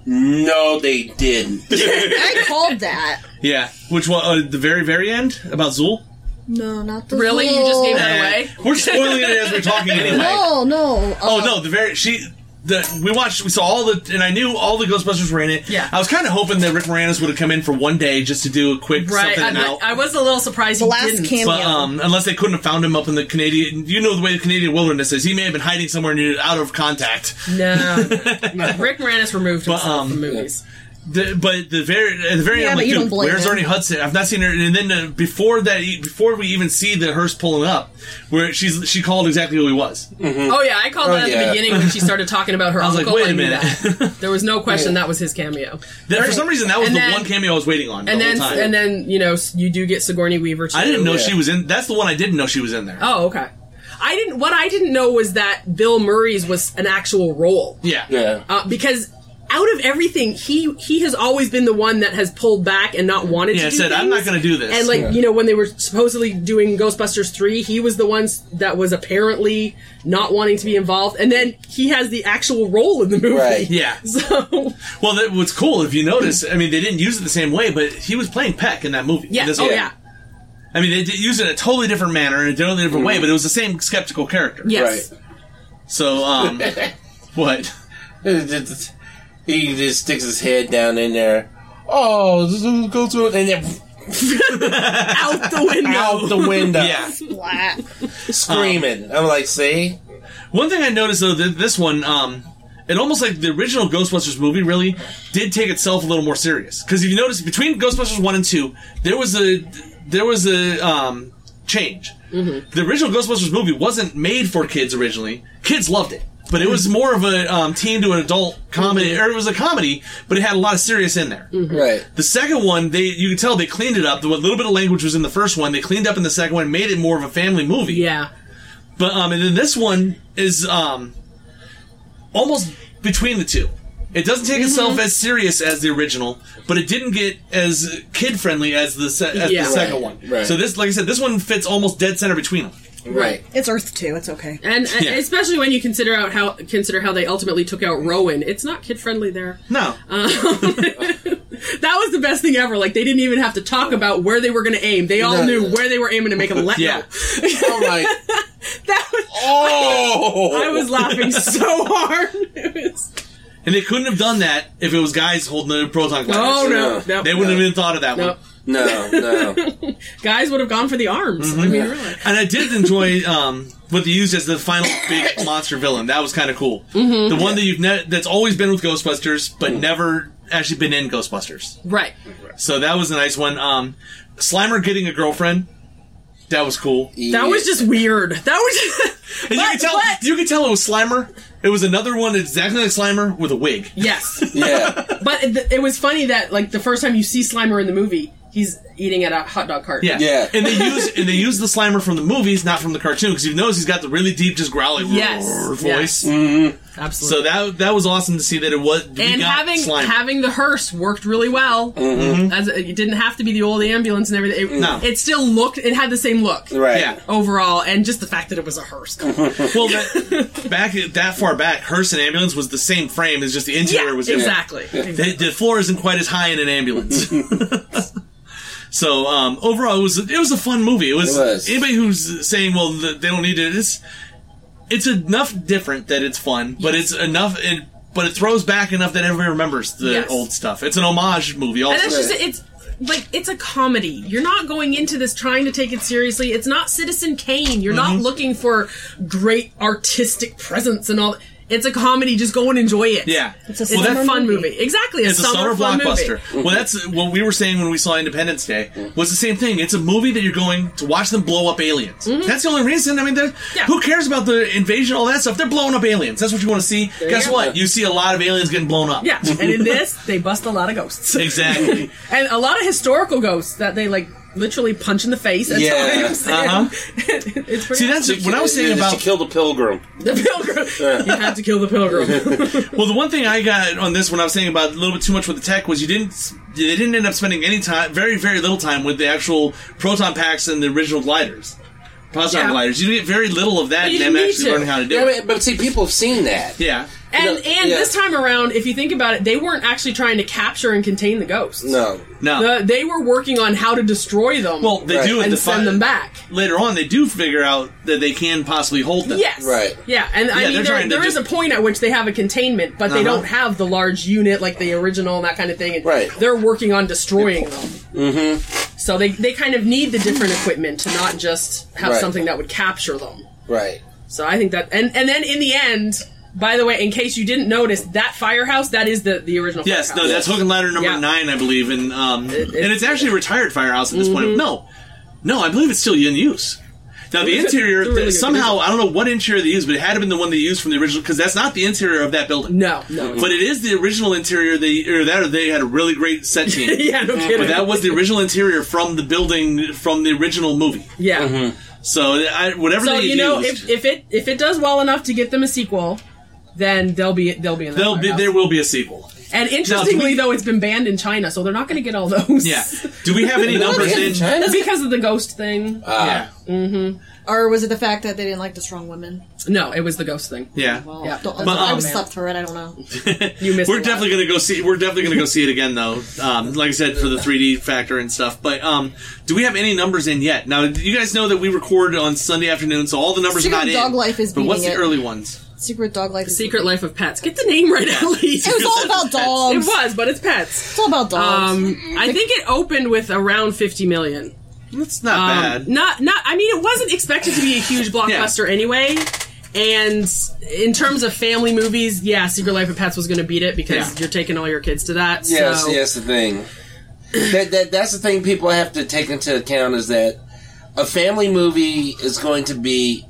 no, they didn't.
I called that.
yeah, which one? Uh, the very very end about Zool.
No, not the
Really? You just gave that
Eh,
away?
We're spoiling it as we're
(laughs)
talking anyway.
No, no.
Oh no, the very she. The, we watched, we saw all the, and I knew all the Ghostbusters were in it.
Yeah.
I was kind of hoping that Rick Moranis would have come in for one day just to do a quick
Right,
something
I,
and out.
I was a little surprised. The last didn't.
But um, unless they couldn't have found him up in the Canadian, you know the way the Canadian wilderness is. He may have been hiding somewhere near, out of contact.
(laughs) no, Rick Moranis removed himself
um,
from movies.
The, but the very at the very end,
Yeah,
I'm
but
like,
you don't
dude,
blame
where's
him.
Ernie Hudson? I've not seen her. And then uh, before that, before we even see the hearse pulling up, where she's she called exactly who he was.
Oh yeah, I called
Oh,
that at
yeah.
the beginning when she started talking about
(laughs)
her
I was like,
uncle.
wait a
I knew
minute. (laughs)
that. There was no question that was his cameo.
That, for some reason, that was
And
the
then-
one cameo I was waiting on.
And
the
then,
whole time.
and then you know, s- you do get Sigourney Weaver. Too.
I didn't know she was in. That's the one I didn't know she was in there.
Oh, okay. I didn't. What I didn't know was that Bill Murray's was an actual role
Yeah, yeah.
uh, because out of everything, he he has always been the one that has pulled back and not wanted
Yeah,
to. do
said, "I'm
things."
not gonna do this."
And like
Yeah.
you know, when they were supposedly doing Ghostbusters three, he was the one s- that was apparently not wanting to be involved, and then he has the actual role in the movie. (laughs)
Yeah.
So
Well, that, what's cool if you notice, I mean, they didn't use it the same way, but he was playing Peck in that movie. in
yeah,
this
oh
movie.
yeah.
I mean, they did use it in a totally different manner in a totally different way,
Mhm.
but it was the same skeptical character.
Yes.
So,
(laughs)
um, what?
He just sticks his head down in there.
Oh, this is go to it and then
out (laughs) the window.
Out the window.
Yeah.
Uh-huh.
Splat.
Screaming. I'm like, see?
One thing I noticed though, that this one, um, it almost like the original Ghostbusters movie really did take itself a little more serious. Because if you notice, between Ghostbusters one and two, there was a there was a um, change. The original Ghostbusters movie wasn't made for kids originally. Kids loved it, but it was more of a um, teen to an adult comedy, or it was a comedy, but it had a lot of serious in there.
Right.
The second one, they you can tell they cleaned it up. The what little bit of language was in the first one, they cleaned up in the second one, made it more of a family movie.
Yeah.
But um, and then this one is um, almost between the two. It doesn't
Mm-hmm.
take itself as serious as the original, but it didn't get as kid friendly as the se- as
Yeah.
the second
Right,
one.
right.
So this, like I said, this one fits almost dead center between them.
Right.
It's Earth 2. It's okay.
And and
Yeah.
especially when you consider out how consider how they ultimately took out Rowan, it's not kid friendly there.
No.
Uh-huh. That was the best thing ever. Like they didn't even have to talk about where they were going to aim. They all
No.
knew where they were aiming
(laughs)
to make a let
yeah.
Oh (laughs) my! (laughs) that was
Oh!
I was laughing
(laughs)
so hard. (laughs) It was-
And they couldn't have done that if it was guys holding the proton glass.
Oh, no. No.
They wouldn't have even thought of that
No.
one. No, no.
Guys would have gone for the arms.
Mm-hmm.
I mean, really.
And I did enjoy um, what they used as the
(coughs)
final big monster villain. That was kind of cool.
Mhm.
The one that you've ne- that's always been with Ghostbusters,
Mm-hmm.
but never actually been in Ghostbusters.
Right.
So that was a nice one. Um, Slimer getting a girlfriend. That was cool.
(laughs) That was just weird. That (laughs) was
And you could tell you could tell it was Slimer. It was another one exactly like Slimer with a wig.
Yes.
Yeah.
But it, it was funny that like the first time you see Slimer in the movie, he's eating at a hot dog cart.
Yeah. And they use and they use the Slimer from the movies, not from the cartoon, because you notice he's got the really deep, just growly
Yes.
roar
Yes.
voice. So that that was awesome to see that it was we
and
got
having
Slimer.
having the hearse worked really well.
Mhm.
As it didn't have to be the old ambulance and everything. It,
No.
it still looked. It had the same look.
Right. Mm-hmm. Yeah.
Overall, and just the fact that it was a hearse. (laughs)
well, that, back that far back, hearse and ambulance was the same frame. It's just the interior
Yeah,
was different.
exactly.
The, the floor isn't quite as high in an ambulance. (laughs) so um, overall, it was it was a fun movie. It was,
It was.
anybody who's saying, well, th- they don't need it. It's it's enough different that it's fun, but it's enough. It, but it throws back enough that everybody remembers the
Yes.
old stuff. It's an homage movie. Also,
And that's just it's like it's a comedy. You're not going into this trying to take it seriously. It's not Citizen Kane. You're not
Mhm.
looking for great artistic presence and all. It's a comedy. Just go and enjoy it.
Yeah.
it's a,
Well, that-
fun movie. Exactly, a
it's a
summer,
summer
fun movie.
blockbuster. Well, that's what we were saying when we saw Independence Day was the same thing. It's a movie that you're going to watch them blow up aliens.
Mm-hmm.
That's the only reason. I mean, they're- who cares about the invasion, all that stuff? They're blowing up aliens. That's what you want to see.
There
Guess
you go.
what? You see a lot of aliens getting blown up.
Yeah, and in this, they bust a lot of ghosts. (laughs)
Exactly.
and a lot of historical ghosts that they like literally punch in the face. At
Yeah.
times.
Uh-huh.
(laughs) it's pretty.
See, that's when I was saying
Yeah,
about
She killed a pilgrim.
the
(laughs)
pilgrim. you had to kill the pilgrim.
well, the one thing I got on this when I was saying about a little bit too much with the tech was you didn't they didn't end up spending any time, very very little time with the actual proton packs and the original gliders, proton
Yeah.
gliders. You get very little of that.
But you
and them
didn't need
actually
to.
learning how to do
Yeah,
it.
But, but see, people have seen that.
yeah.
And
No,
and
yeah.
this time around, if you think about it, they weren't actually trying to capture and contain the ghosts.
No.
No.
The- they were working on how to destroy them. Well,
they do at
and
the
send
fi-
them back.
Later on, they do figure out that they can possibly hold them.
Yes. Yeah, and
Yeah,
I
they're trying
mean, there,
to
there is
just-
a point at which they have a containment, but they
Uh-huh.
don't have the large unit like the original and that kind of thing. And right. They're working on destroying them.
Mm-hmm.
So they, they kind of need the different equipment to not just have
Right.
something that would capture them.
Right.
So I think that, and, and then in the end, by the way, in case you didn't notice, that firehouse, that is the, the original
Yes, no,
firehouse.
that's hook and ladder number
Yeah.
nine, I believe, and um, and it's actually a retired firehouse at this point.
Mhm.
No, no, I believe it's still in use. Now the
It's a-
interior
it's a really
th-
good
somehow
condition.
I don't know what interior they used, but it had to have been the one they used from the original because that's not the interior of that building.
No, no.
but it is the original interior. They or that or they had a really great set team.
(laughs) Yeah, no kidding.
But that was the original interior from the building from the original movie.
Yeah.
Mm-hmm. So I, whatever
so
they
you know,
used,
if, if it if it does well enough to get them a sequel, then they'll be they'll be in.
there'll be there will be a sequel.
And interestingly, though, it's been banned in China, so they're not going to get all those. (laughs)
Yeah. Do we have any numbers in?
Because of the ghost thing.
Yeah.
Mm-hmm.
Or was it the fact that they didn't like the strong women?
No, it was the ghost thing.
Yeah.
Well,
Yeah. oh,
don't-
But,
I was
um,
slept through it. I don't know.
we're definitely gonna go see. We're definitely gonna go see it again, though. Um, like I said, for the 3D factor and stuff. But um, do we have any numbers in yet? Now, you guys know that we record on Sunday afternoon, so all the numbers
Secret
are not in.
Dog Life is
but what's the
beating it.
early ones?
Secret Dog Life.
Secret Life of Pets. Get the name right at least.
It was
(laughs)
all about dogs.
It was, but it's pets. It's
all about dogs.
Um, I think it opened with around 50 million.
That's not
Um,
bad.
Not, not. I mean, it wasn't expected to be a huge blockbuster anyway. And in terms of family movies, yeah, Secret Life of Pets was going to beat it because
Yeah.
you're taking all your kids to that.
Yes,
so.
yes, the thing. That, that that's the thing people have to take into account is that a family movie is going to be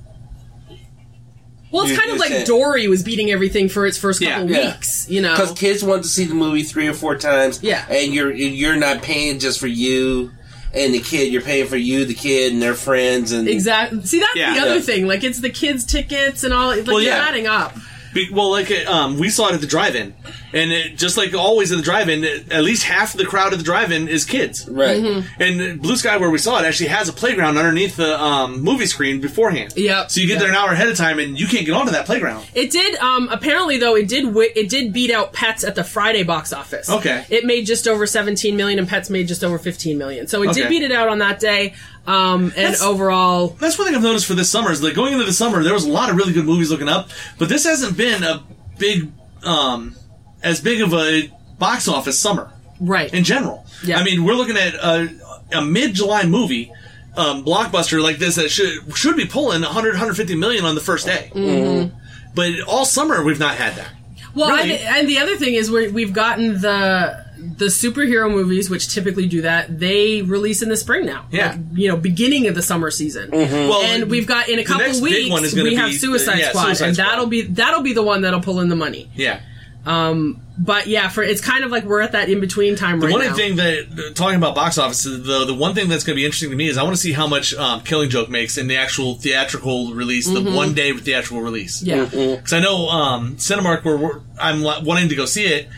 Well, it's
You-
kind of
you
like
said-
Dory was beating everything for its first couple weeks. You know,
because kids want to see the movie three or four times.
Yeah.
and you're you're not paying just for you and the kid. You're paying for you, the kid, and their friends, and
Exactly. See, that's
Yeah.
the other
Yeah.
thing. Like, it's the kids' tickets and all. Like,
Well,
you're
yeah.
adding up.
Be- well, like uh, um, we saw it at the drive-in, and it, just like always at the drive-in, it- at least half the crowd at the drive-in is kids.
Right.
Mhm.
And Blue Sky, where we saw it, actually has a playground underneath the um, movie screen beforehand.
Yep.
So you get there an hour ahead of time, and you can't get onto that playground.
It did. Um, apparently, though, it did. Wi- it did beat out Pets at the Friday box office.
Okay.
It made just over 17 million, and Pets made just over 15 million. So it did
Okay.
beat it out on that day. Um, and overall,
that's one thing I've noticed for this summer is like going into the summer, there was a lot of really good movies looking up, but this hasn't been a big, um, as big of a box office summer,
right?
In general, yeah. I mean, we're looking at a, a mid-July movie. Um, blockbuster like this that should should be pulling 100 150 million on the first day
Mhm.
but all summer we've not had that
Well,
Really?
and, and the other thing is we we've gotten the the superhero movies, which typically do that. They release in the spring now.
Yeah.
Like, you know, beginning of the summer season.
Mhm. Well,
and we've got in a
the
couple
next big
weeks
one is gonna
we have
be, uh,
Suicide
yeah,
Squad,
Suicide
and
Squad.
that'll be that'll be the one that'll pull in the money.
yeah
Um, but yeah, for it's kind of like we're at that in between time
The
right
one
now.
thing that uh, talking about box office, the the one thing that's going to be interesting to me is I want to see how much um, Killing Joke makes in the actual theatrical release, the
Mhm.
one day theatrical release.
Yeah.
because I know um, Cinemark, where we're, I'm wa- wanting to go see it,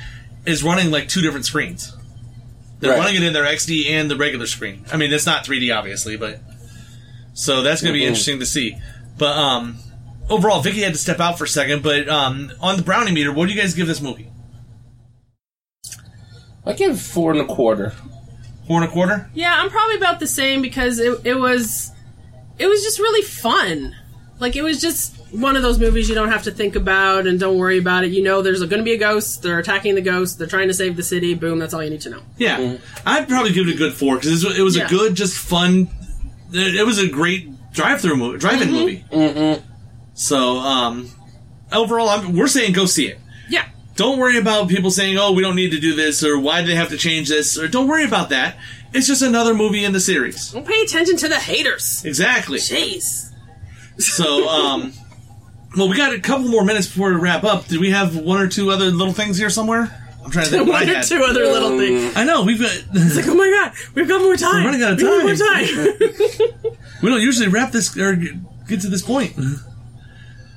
is running like two different screens. They're
Right.
running it in their XD and the regular screen. I mean, it's not 3D obviously, but so that's going to be
Mhm.
interesting to see. But um, overall, Vicky had to step out for a second. But um, on the Brownie meter, what do you guys give this movie?
I give it four and a quarter.
Four and a quarter.
Yeah, I'm probably about the same because it, it was it was just really fun. Like it was just one of those movies you don't have to think about and don't worry about it. You know there's going to be a ghost, they're attacking the ghost, they're trying to save the city. Boom, that's all you need to know.
Yeah, I'd probably give it a good four because it was, it was
Yeah.
a good, just fun. It, it was a great drive-through movie, drive-in
Mm-hmm.
movie. So um, overall, I'm, we're saying go see it.
Yeah.
Don't worry about people saying, "Oh, we don't need to do this," or "Why did they have to change this?" Or don't worry about that. It's just another movie in the series.
Don't pay attention to the haters.
Exactly.
Jeez. (laughs)
So, um, well, we got a couple more minutes before we wrap up. Did we have one or two other little things here somewhere? I'm trying to think. what I
(laughs) one or
had.
two other little things.
I know we've got. (laughs) It's
like, oh my god, we've got more time.
We're running out of
We've got more
time.
time.
(laughs) We don't usually wrap this or get to this point.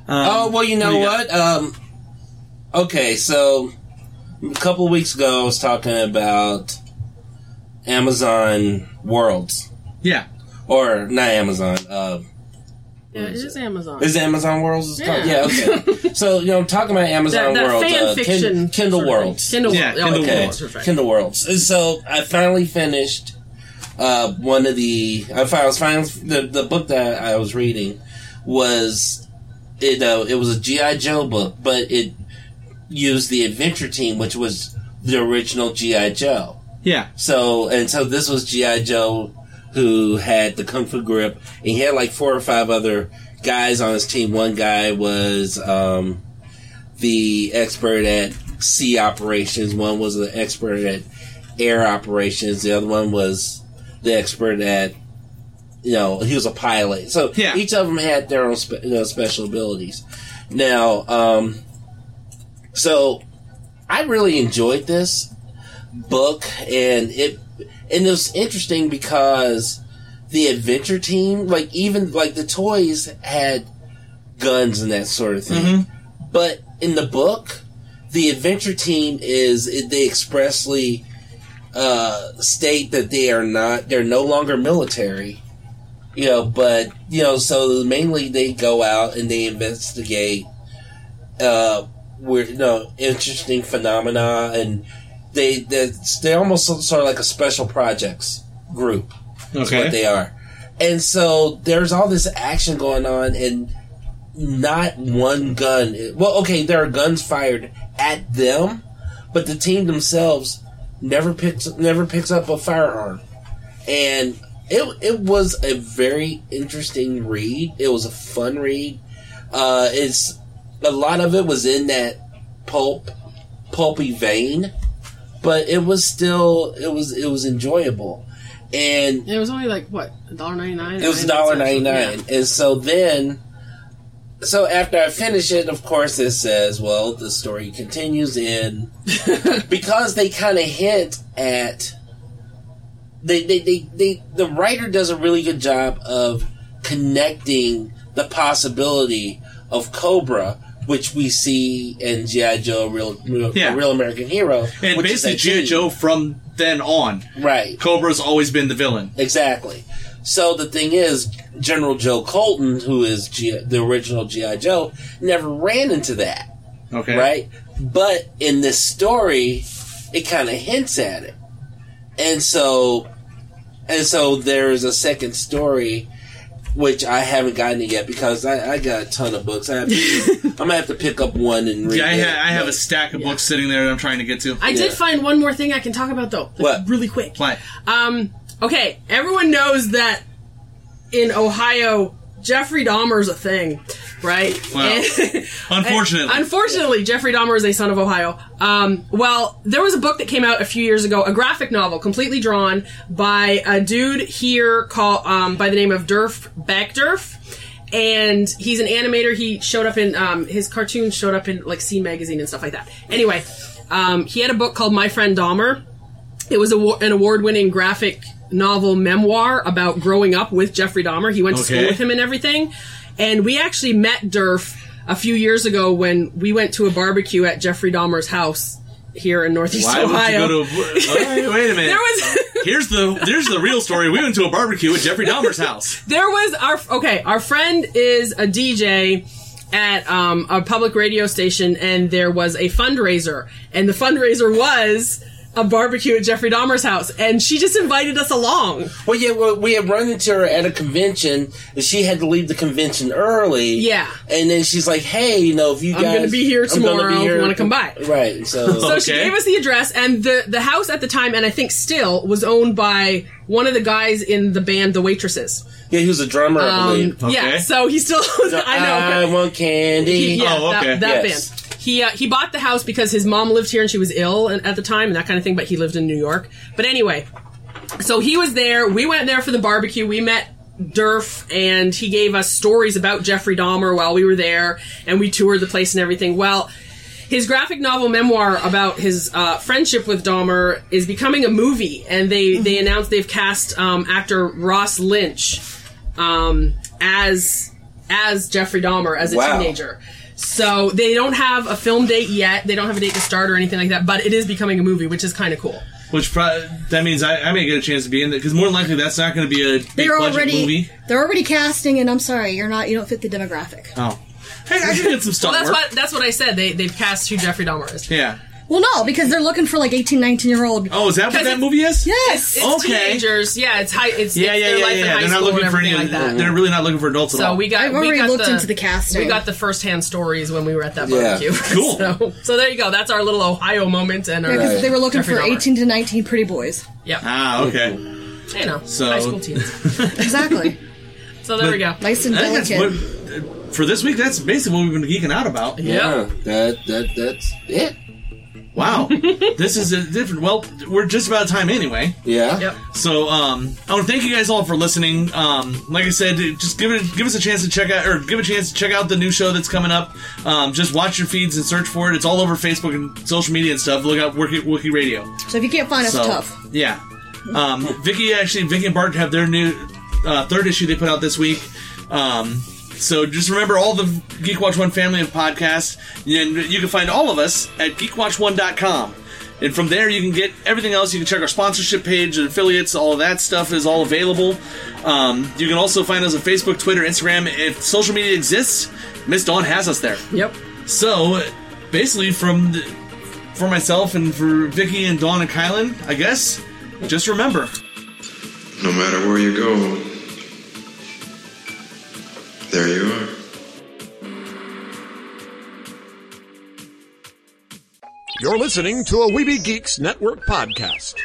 oh well, you know what? Um, okay, so a couple weeks ago, I was talking about Amazon Worlds.
Yeah,
or not Amazon. Uh,
Yeah, it is Amazon.
is it Amazon Worlds? It's called?
Yeah.
Yeah. (laughs) okay. so you know, I'm talking about Amazon
That- that
Worlds,
fan
uh, Kin-
fiction
Kindle
sort of
Worlds,
thing. Kindle Yeah, Worlds. Kindle
okay.
Worlds, perfect.
Kindle Worlds. So I finally finished uh, one of the. I fi- I was finally the the book that I was reading was it. Uh, it was a GI Joe book, but it used the Adventure Team, which was the original GI Joe.
Yeah.
So and so this was GI Joe who had the kung fu grip, and he had like four or five other guys on his team. One guy was um, the expert at sea operations. One was the expert at air operations. The other one was the expert at you know he was a pilot. So each of them had their own spe- you know, special abilities. Now, um, so I really enjoyed this book, and it and it was interesting because the adventure team, like even like the toys had guns and that sort of thing, but in the book the adventure team is it- they expressly uh, state that they are not they're no longer military you know but you know so mainly they go out and they investigate uh weird you know interesting phenomena and they that's- they're almost sort of like a special projects group that's
Okay.
what they are and so there's all this action going on and not one gun. Well, okay, there are guns fired at them, but the team themselves never picks never picks up a firearm. And it it was a very interesting read. It was a fun read. Uh, it's a lot of it was in that pulp pulpy vein, but it was still it was it was enjoyable. And
It was only like what $1.99?
it was dollar ninety nine, and so then, so after I finish it, of course, it says, "Well, the story
(laughs)
continues in," because they kind of hint at they, they they they the writer does a really good job of connecting the possibility of Cobra. Which we see in GI Joe, real, real,
Yeah.
real American hero,
And
which is
basically,
that
G.I. Joe from then on.
Right.
Cobra's always been the villain.
Exactly. So the thing is, General Joe Colton, who is G- the original G.I. Joe, never ran into that.
Okay.
Right? But in this story, it kind of hints at it. And so, and so there is a second story, which I haven't gotten it yet because I, I got a ton of books. I
(laughs)
have to, I'm gonna have to pick up one and read.
Yeah, I,
it.
ha- I have a stack of books sitting there that I'm trying to get to.
I did find one more thing I can talk about though.
What?
Really quick.
What?
Um, okay, everyone knows that in Ohio, Jeffrey Dahmer's a thing, right?
Wow.
And- (laughs)
Unfortunately.
and unfortunately, Jeffrey Dahmer is a son of Ohio. Um, well, there was a book that came out a few years ago, a graphic novel, completely drawn by a dude here called um, by the name of Durf Backdurf. And he's an animator. He showed up in um, his cartoons showed up in like Scene magazine and stuff like that. Anyway, um, he had a book called My Friend Dahmer. It was a, an award-winning graphic novel memoir about growing up with Jeffrey Dahmer. He went to
Okay.
school with him and everything. And we actually met Durf a few years ago when we went to a barbecue at Jeffrey Dahmer's house here in Northeast
Why
Ohio.
would you go to? A, Alright, wait a minute.
There was-
(laughs) here's the here's the real story. We went to a barbecue at Jeffrey Dahmer's house.
(laughs) there was our okay our friend is a dj at um, a public radio station and there was a fundraiser and the fundraiser was a barbecue at jeffrey dahmer's house and she just invited us along
Well, yeah, well, we had run into her at a convention, and she had to leave the convention early.
Yeah.
and then she's like, "Hey, you know, if you
I'm
guys,
gonna be here
I'm gonna
tomorrow if you wanna come by."
right?" So,
(laughs) So she gave us the address, and the the house at the time, and I think still, was owned by one of the guys in the band The Waitresses.
Yeah, he was a drummer, I believe.
Yeah, so he still. (laughs)
No,
Um, I know.
I want candy.
He- yeah, that, that
Yes.
band. He uh, he bought the house because his mom lived here and she was ill and, at the time and that kind of thing. But he lived in New York. But anyway, so he was there. We went there for the barbecue. We met Durf and he gave us stories about Jeffrey Dahmer while we were there, and we toured the place and everything. Well. His graphic novel memoir about his uh, friendship with Dahmer is becoming a movie, and they, they announced they've cast um, actor Ross Lynch um, as as Jeffrey Dahmer as a
Wow.
teenager. So they don't have a film date yet. They don't have a date to start or anything like that. But it is becoming a movie, which is kind of cool.
Which pro- that means I, I may get a chance to be in it because more than likely that's not going to be a big
They're
budget
already
movie.
they're already casting, and I'm sorry, you're not you don't fit the demographic.
Oh, hey, I can get some
(laughs)
stuff.
Well, that's what that's what I said. They they've cast who Jeffrey Dahmer is.
Yeah.
Well, no, because they're looking for like 18, 19 year old.
Oh, is that what that movie is?
Yes.
It's teenagers. Yeah, it's high. It's
Yeah, yeah,
it's their
yeah, yeah.
life in
yeah.
high
They're not
school and
looking for any.
everything like that.
They're really not looking for adults at
so
all.
we got.
I've
we
already
got
looked into the casting.
We got the first hand stories when we were at that
Yeah.
barbecue. (laughs)
Cool.
So, so there you go. That's our little Ohio moment. And our
Yeah, 'cause they were looking
Jeffrey
for
Dahmer.
eighteen to nineteen pretty boys.
Yeah.
Ah, okay.
You know,
So-
high school teens.
(laughs)
(laughs)
exactly.
So there we go.
Nice and
I think that's
delicate.
what- for this week, that's basically what we've been geeking out about.
Yeah, that that that's it.
Wow,
(laughs)
this is a different. Well, we're just about time anyway.
Yeah.
Yep.
So, um, I want to thank you guys all for listening. Um, like I said, just give it, give us a chance to check out, or give a chance to check out the new show that's coming up. Um, just watch your feeds and search for it. It's all over Facebook and social media and stuff. Look out Wookie, Wookie Radio.
So if you can't find us,
So,
tough.
Yeah. Um, Vicky actually, Vicky and Bart have their new uh, third issue they put out this week. Um, So just remember all the Geek Watch One family and podcast, and you can find all of us at geekwatch1.com. And from there, you can get everything else. You can check our sponsorship page and affiliates. All of that stuff is all available. Um, you can also find us on Facebook, Twitter, Instagram. If social media exists, Miss Dawn has us there.
Yep.
So, basically, from the, for myself and for Vicky and Dawn and Kylan, I guess, just remember.
No matter where you go, there you are.
You're listening to a Weeby Geeks Network podcast.